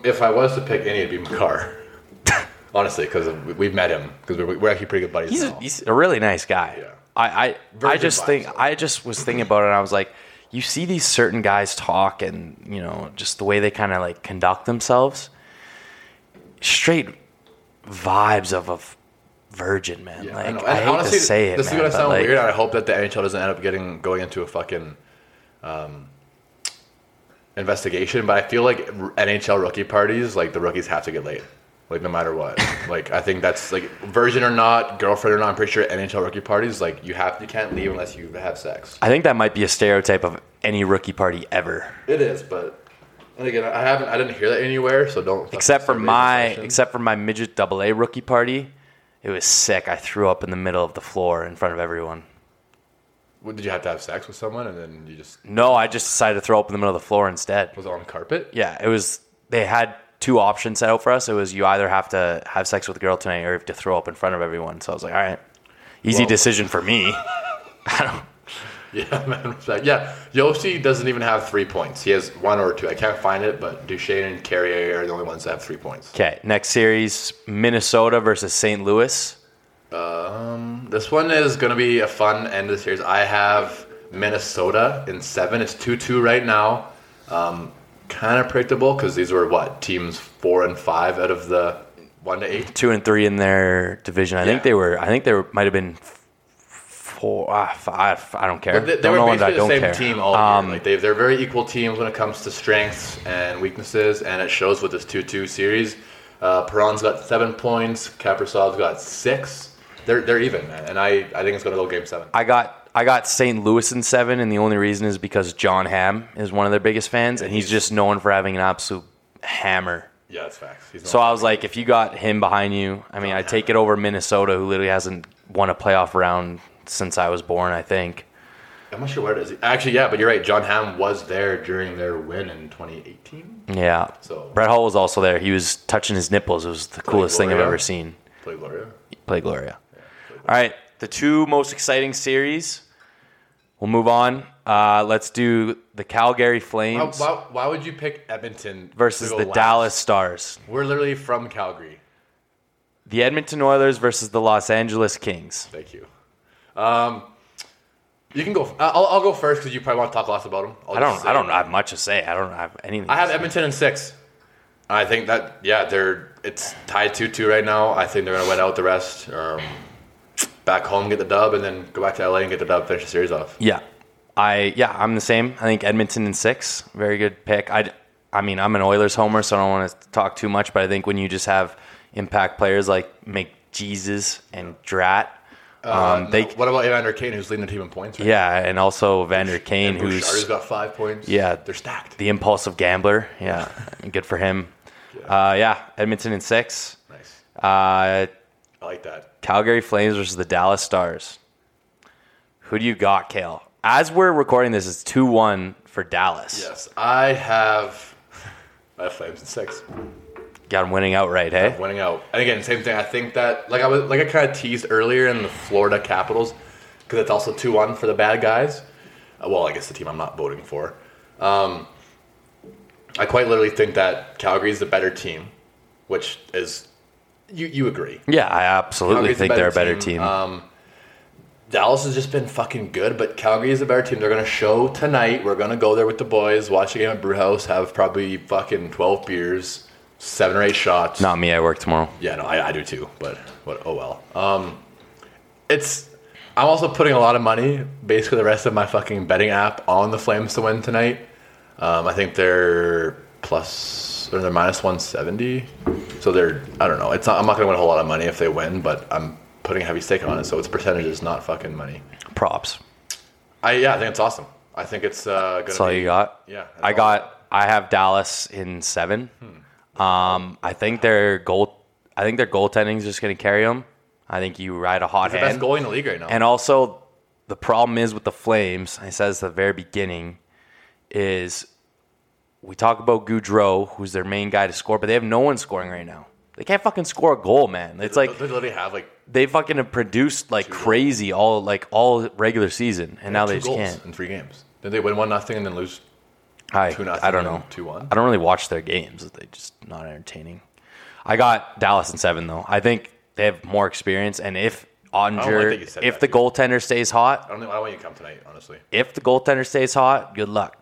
Speaker 2: If I was to pick any, it'd be McCarr. Honestly, because we've met him because we're, we're actually pretty good buddies.
Speaker 1: He's a,
Speaker 2: now.
Speaker 1: he's a really nice guy.
Speaker 2: Yeah.
Speaker 1: I I, I
Speaker 2: Virgin
Speaker 1: just
Speaker 2: vibes,
Speaker 1: think
Speaker 2: though.
Speaker 1: I just was thinking about it. and I was like, you see these certain guys talk, and you know, just the way they kind of like conduct themselves. Straight vibes of a f- virgin, man.
Speaker 2: Yeah, I
Speaker 1: like
Speaker 2: know.
Speaker 1: I,
Speaker 2: And
Speaker 1: hate to say it,
Speaker 2: This
Speaker 1: man,
Speaker 2: is gonna
Speaker 1: but,
Speaker 2: sound
Speaker 1: like,
Speaker 2: weird, and I hope that the NHL doesn't end up getting going into a fucking um, investigation. But I feel like r- NHL rookie parties, like the rookies have to get laid, like no matter what. like I think that's like virgin or not, girlfriend or not. I'm pretty sure NHL rookie parties, like you have you can't leave unless you have sex.
Speaker 1: I think that might be a stereotype of any rookie party ever,
Speaker 2: It is, but and again, I haven't, I didn't hear that anywhere, so don't. fucking
Speaker 1: except for
Speaker 2: start raising
Speaker 1: my
Speaker 2: questions.
Speaker 1: except for my midget double A rookie party. It was sick. I threw up in the middle of the floor in front of everyone.
Speaker 2: What, did you have to have sex with someone, and then you just
Speaker 1: No, I just decided to throw up in the middle of the floor instead.
Speaker 2: was on carpet?
Speaker 1: Yeah, it was. They had two options set out for us. It was you either have to have sex with a girl tonight or you have to throw up in front of everyone. So I was like, all right, easy
Speaker 2: Whoa.
Speaker 1: decision for me.
Speaker 2: Yeah, man, respect. Yeah, Yossi doesn't even have three points. He has one or two. I can't find it, but Duchesne and Carrier are the only ones that have three points.
Speaker 1: Okay, next series Minnesota versus St. Louis.
Speaker 2: This one is going to be a fun end of the series. I have Minnesota in seven. It's 2 2 right now. Um, kind of predictable because these were what? Teams four and five out of the one to eight?
Speaker 1: Two and three in their division. I think
Speaker 2: Yeah.
Speaker 1: they were. I think there might have been f- four. Ah, five. I don't care.
Speaker 2: They, they
Speaker 1: don't
Speaker 2: were
Speaker 1: know ones I
Speaker 2: basically the
Speaker 1: don't
Speaker 2: same
Speaker 1: care. Um,
Speaker 2: team all year. Like they, they're very equal teams when it comes to strengths and weaknesses, and it shows with this 2-2 series. Uh, Perron's got seven points. Kaprasov's got six. They're, they're even, man. And I, I think it's going to go game seven.
Speaker 1: I got I got St. Louis in seven, and the only reason is because John Hamm is one of their biggest fans, and he's just known for having an absolute hammer.
Speaker 2: Yeah, that's facts. He's
Speaker 1: So
Speaker 2: not-
Speaker 1: I was like, if you got him behind you, I mean, I take it over Minnesota, who literally hasn't won a playoff round since I was born. I think.
Speaker 2: I'm not sure where it is. Actually, yeah, but you're right. John Hamm was there during their win in 2018.
Speaker 1: Yeah.
Speaker 2: So-
Speaker 1: Brett Hall was also there. He was touching his nipples. It was the coolest thing I've
Speaker 2: Gloria.
Speaker 1: ever seen.
Speaker 2: Play Gloria.
Speaker 1: Play Gloria. All right, the two most exciting series. We'll move on. Uh, let's do the Calgary
Speaker 2: Why,
Speaker 1: Flames
Speaker 2: why, why would you pick Edmonton to
Speaker 1: versus
Speaker 2: go
Speaker 1: the
Speaker 2: last?
Speaker 1: Dallas Stars.
Speaker 2: We're literally from Calgary.
Speaker 1: The Edmonton Oilers versus the Los Angeles Kings.
Speaker 2: Thank you. Um, you can go. I- I'll, I'll go first because you probably want to talk lots about them. I'll
Speaker 1: I
Speaker 2: just
Speaker 1: don't.
Speaker 2: say-
Speaker 1: I don't have much to say. I don't have anything.
Speaker 2: I have
Speaker 1: to say.
Speaker 2: Edmonton in six. I think that yeah, they're it's tied two two right now. I think they're gonna wet out the rest. Um, back home, get the dub, and then go back to LA and get the dub. Finish the series off.
Speaker 1: Yeah, I yeah I'm the same. I think Edmonton in six. Very good pick. I I mean I'm an Oilers homer, so I don't want to talk too much. But I think when you just have impact players like make Jesus and Drat, um, they
Speaker 2: What about Evander Kane, who's leading the team in points? Right
Speaker 1: yeah, and also Vander Kane,
Speaker 2: now? Bouchard's
Speaker 1: who's
Speaker 2: got five points.
Speaker 1: Yeah.
Speaker 2: they're stacked.
Speaker 1: the impulsive gambler. Yeah, good for him. Uh, yeah, Edmonton in six.
Speaker 2: nice.
Speaker 1: Uh,
Speaker 2: I like that.
Speaker 1: Calgary Flames versus the Dallas Stars. Who do you got, Kale? As we're recording this, it's 2 1 for Dallas.
Speaker 2: Yes, I have. I have Flames in six.
Speaker 1: Got him winning outright, hey?
Speaker 2: winning out. And again, same thing. I think that like I was like I kind of teased earlier in the Florida Capitals because it's also two one for the bad guys. Uh, well, I guess the team I'm not voting for. Um, I quite literally think that Calgary's the better team, which is you you agree.
Speaker 1: Yeah, I absolutely
Speaker 2: Calgary's
Speaker 1: think they're a better team.
Speaker 2: Um, Dallas has just been fucking good, but Calgary is a better team. They're gonna show tonight. We're gonna go there with the boys, watch a game at Brewhouse, have probably fucking twelve beers, seven or eight shots.
Speaker 1: Not me, I work tomorrow.
Speaker 2: Yeah, no, I, I do too, but but oh well. Um, it's I'm also putting a lot of money, basically the rest of my fucking betting app, on the Flames to win tonight. Um, I think they're plus or they're minus 170, so they're I don't know. It's not, I'm not gonna win a whole lot of money if they win, but I'm putting a heavy stake on it, so it's percentages, not fucking money.
Speaker 1: Props.
Speaker 2: I yeah, I think it's awesome. I think it's uh, gonna
Speaker 1: That's all
Speaker 2: be
Speaker 1: you got?
Speaker 2: yeah, that's
Speaker 1: I
Speaker 2: all.
Speaker 1: got, I have Dallas in seven.
Speaker 2: Hmm.
Speaker 1: Um, I think their goal, I think their goaltending is just going to carry them. I think you ride a hot
Speaker 2: the
Speaker 1: hand.
Speaker 2: best goalie in the league right now.
Speaker 1: And also, the problem is with the Flames, I said this at the very beginning, is we talk about Goudreau, who's their main guy to score, but they have no one scoring right now. They can't fucking score a goal, man. It's like
Speaker 2: they literally have like
Speaker 1: they fucking have produced like crazy all like all regular season, and now
Speaker 2: two
Speaker 1: they just
Speaker 2: goals
Speaker 1: can't.
Speaker 2: in three games. Did they win one nothing and then lose
Speaker 1: I,
Speaker 2: two nothing?
Speaker 1: I don't know.
Speaker 2: two one.
Speaker 1: I don't really watch their games. They just not entertaining. I got Dallas in seven though. I think they have more experience, and if
Speaker 2: like
Speaker 1: Ottinger,
Speaker 2: that you said
Speaker 1: if
Speaker 2: that,
Speaker 1: the
Speaker 2: dude.
Speaker 1: goaltender stays hot,
Speaker 2: I don't, know, I don't want you to come tonight, honestly.
Speaker 1: if the goaltender stays hot, good luck.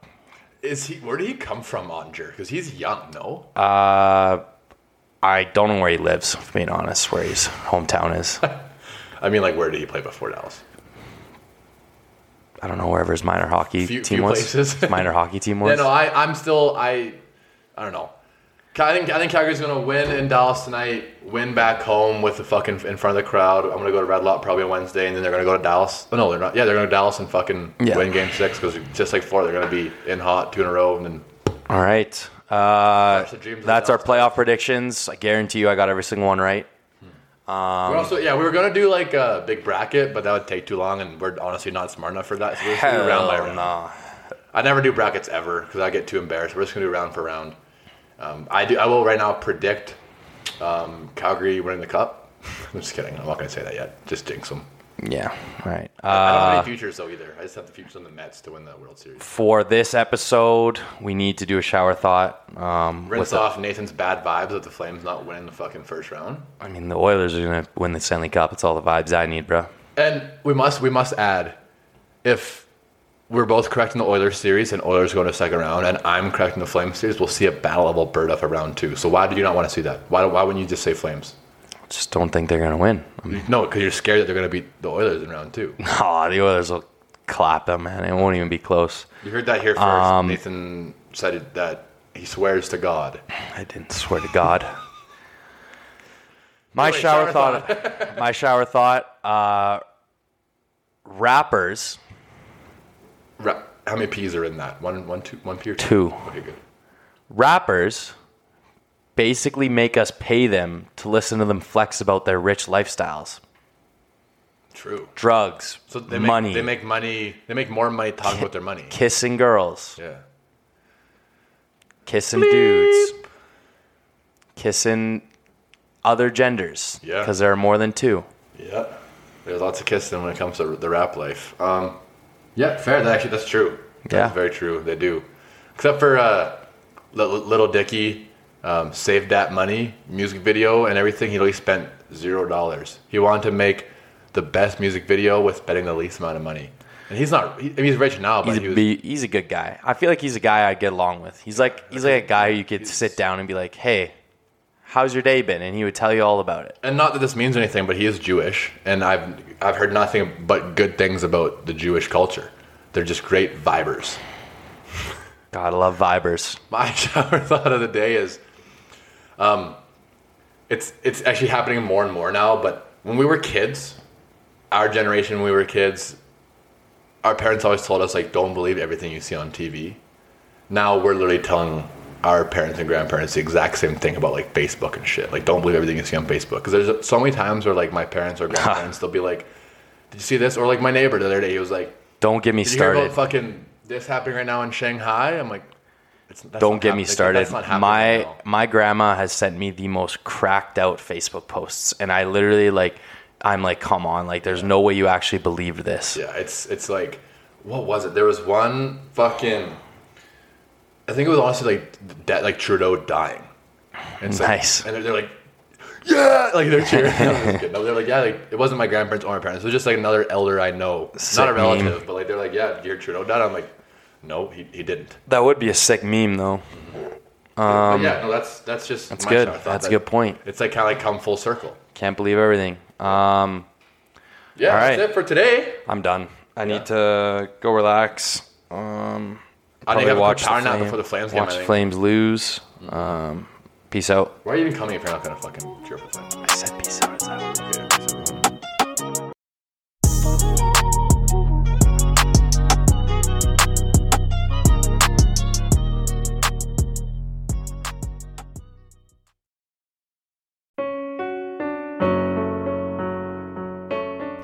Speaker 2: Is he? Where did he come from, Ottinger? Because he's young, no?
Speaker 1: I don't know where he lives, if I'm being honest, where his hometown is.
Speaker 2: I mean, like, where did he play before Dallas?
Speaker 1: I don't know wherever his minor hockey
Speaker 2: Few-
Speaker 1: team
Speaker 2: few
Speaker 1: was.
Speaker 2: places.
Speaker 1: His minor hockey team
Speaker 2: Yeah,
Speaker 1: was.
Speaker 2: no, I, I'm still, I, I don't know. Ca- I think I think Calgary's gonna win in Dallas tonight. Win back home with the fucking in front of the crowd. I'm gonna go to Red Lot probably on Wednesday, and then they're gonna go to Dallas. Oh, no, they're not. Yeah, they're going to Dallas and fucking
Speaker 1: Yeah.
Speaker 2: win Game Six because just like Florida, they're gonna be in hot two in a row, and then
Speaker 1: All right. Uh,
Speaker 2: the dreams of
Speaker 1: that's
Speaker 2: the
Speaker 1: our playoff predictions. I guarantee you I got every single one right.
Speaker 2: we're also yeah, we were gonna do like a big bracket, but that would take too long, and we're honestly not smart enough for that. So we're just gonna do round by
Speaker 1: Hell
Speaker 2: round.
Speaker 1: no.
Speaker 2: I never do brackets ever because I get too embarrassed. We're just gonna do round for round. Um, I do. I will right now predict um, Calgary winning the cup. I'm just kidding. I'm not gonna say that yet. Just jinx them.
Speaker 3: Yeah. All right.
Speaker 2: I don't
Speaker 3: Uh,
Speaker 2: have any futures though either. I just have the futures on the Mets to win the World Series.
Speaker 1: for this episode, we need to do a shower thought. Um,
Speaker 2: Rinse
Speaker 1: with the-
Speaker 2: off Nathan's bad vibes of the Flames not winning the fucking first round.
Speaker 1: I mean, the Oilers are gonna win the Stanley Cup. It's all the vibes I need, bro.
Speaker 2: And we must we must add, if we're both correct in the Oilers series and Oilers go to second round, and I'm correct in the Flames series, we'll see a battle of Alberta for round two. So why do you not want to see that? Why why wouldn't you just say Flames?
Speaker 1: Just don't think they're gonna win.
Speaker 2: No, because you're scared that they're going to beat the Oilers in round two.
Speaker 1: Aw, the Oilers will clap them, man. It won't even be close.
Speaker 2: You heard that here first.
Speaker 1: Um,
Speaker 2: Nathan said that he swears to God.
Speaker 1: I didn't swear to God. My
Speaker 2: Wait,
Speaker 1: shower,
Speaker 2: shower
Speaker 1: thought. my shower thought. Uh, rappers.
Speaker 2: Ra- How many P's are in that? One, one, two, one P or
Speaker 1: Two.
Speaker 2: Okay, good.
Speaker 1: rappers basically make us pay them to listen to them flex about their rich lifestyles
Speaker 2: True.
Speaker 1: drugs
Speaker 2: So they make,
Speaker 1: money
Speaker 2: They make money. They make more money talking about their money.
Speaker 1: kissing girls
Speaker 2: Yeah.
Speaker 1: kissing dudes kissing other genders
Speaker 2: Yeah.
Speaker 1: because there are more than two
Speaker 2: Yeah. There's lots of kissing when it comes to the rap life. Um, yeah, fair. That actually, that's true.
Speaker 1: Yeah.
Speaker 2: That's very true. They do. Except for uh, Li- Li- Little Dicky, um, Save That Money music video and everything. He only spent zero dollars. He wanted to make the best music video with spending the least amount of money. And he's not. He, I mean, he's rich now, but
Speaker 1: he's
Speaker 2: he
Speaker 1: a,
Speaker 2: was.
Speaker 1: be- he's a good guy i feel like he's a guy i'd get along with he's like he's like a guy who you could sit down and be like hey how's your day been and he would tell you all about it
Speaker 2: and not that this means anything, but he is Jewish, and I've I've heard nothing but good things about the Jewish culture. They're just great vibers.
Speaker 1: gotta love vibers
Speaker 2: My shower thought of the day is, um, it's it's actually happening more and more now. But when we were kids, our generation, when we were kids, our parents always told us like, don't believe everything you see on TV. Now we're literally telling our parents and grandparents the exact same thing about like Facebook and shit. Like, don't believe everything you see on Facebook because there's so many times where like my parents or grandparents they'll be like, did you see this? Or like my neighbor the other day, he was like,
Speaker 1: don't get me
Speaker 2: did you hear
Speaker 1: started
Speaker 2: about fucking this happening right now in Shanghai? I'm like, it's, that's
Speaker 1: don't
Speaker 2: not
Speaker 1: get me
Speaker 2: happening. That's
Speaker 1: started.
Speaker 2: not happening
Speaker 1: my
Speaker 2: right now.
Speaker 1: my grandma has sent me the most cracked out Facebook posts, and I literally like, I'm like, come on, like, there's no way you actually believed this.
Speaker 2: yeah, it's it's like, what was it? There was one fucking. I think it was honestly like de- like Trudeau dying. And it's like-
Speaker 1: Nice.
Speaker 2: and they're, they're like, yeah, like they're cheering. No, I'm just kidding. No, they're like, yeah, like it wasn't my grandparents or my parents. It was just like another elder I know,
Speaker 1: Sick
Speaker 2: not a
Speaker 1: meme.
Speaker 2: relative, but like they're like, yeah, did you hear Trudeau died. I'm like, no, he, he didn't.
Speaker 1: That would be a sick meme though.
Speaker 2: but yeah, no, that's that's just that's
Speaker 1: good. Um, That's a good point.
Speaker 2: It's like kind of like come full circle.
Speaker 1: Can't believe everything. Um,
Speaker 2: Yeah,
Speaker 1: All right.
Speaker 2: that's it for today.
Speaker 1: I'm done. I need to go relax. Um,
Speaker 2: I think I have a
Speaker 1: watch
Speaker 2: power
Speaker 1: the
Speaker 2: nap
Speaker 1: Flame-
Speaker 2: before the Flames game,
Speaker 1: Watch
Speaker 2: I think.
Speaker 1: Flames lose. Um, peace out.
Speaker 2: Why are you even coming if you're not gonna fucking cheer for the Flames?
Speaker 1: I said peace out. It's out.
Speaker 2: Okay, so-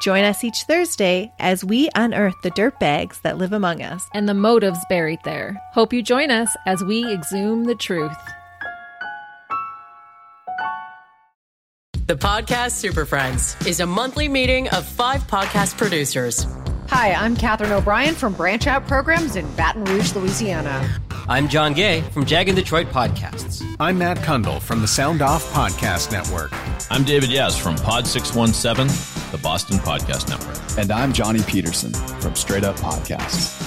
Speaker 4: Join us each Thursday as we unearth the dirtbags that live among us.
Speaker 5: and the motives buried there. Hope you join us as we exhume the truth.
Speaker 6: The podcast Super Friends is a monthly meeting of five podcast producers.
Speaker 7: Hi, I'm Catherine O'Brien from Branch Out Programs in Baton Rouge, Louisiana.
Speaker 8: I'm John Gay from Jag and Detroit Podcasts.
Speaker 9: I'm Matt Kundle from the Sound Off Podcast Network.
Speaker 10: I'm David Yaz from Pod 617, the Boston Podcast Network.
Speaker 9: And I'm Johnny Peterson from Straight Up Podcasts.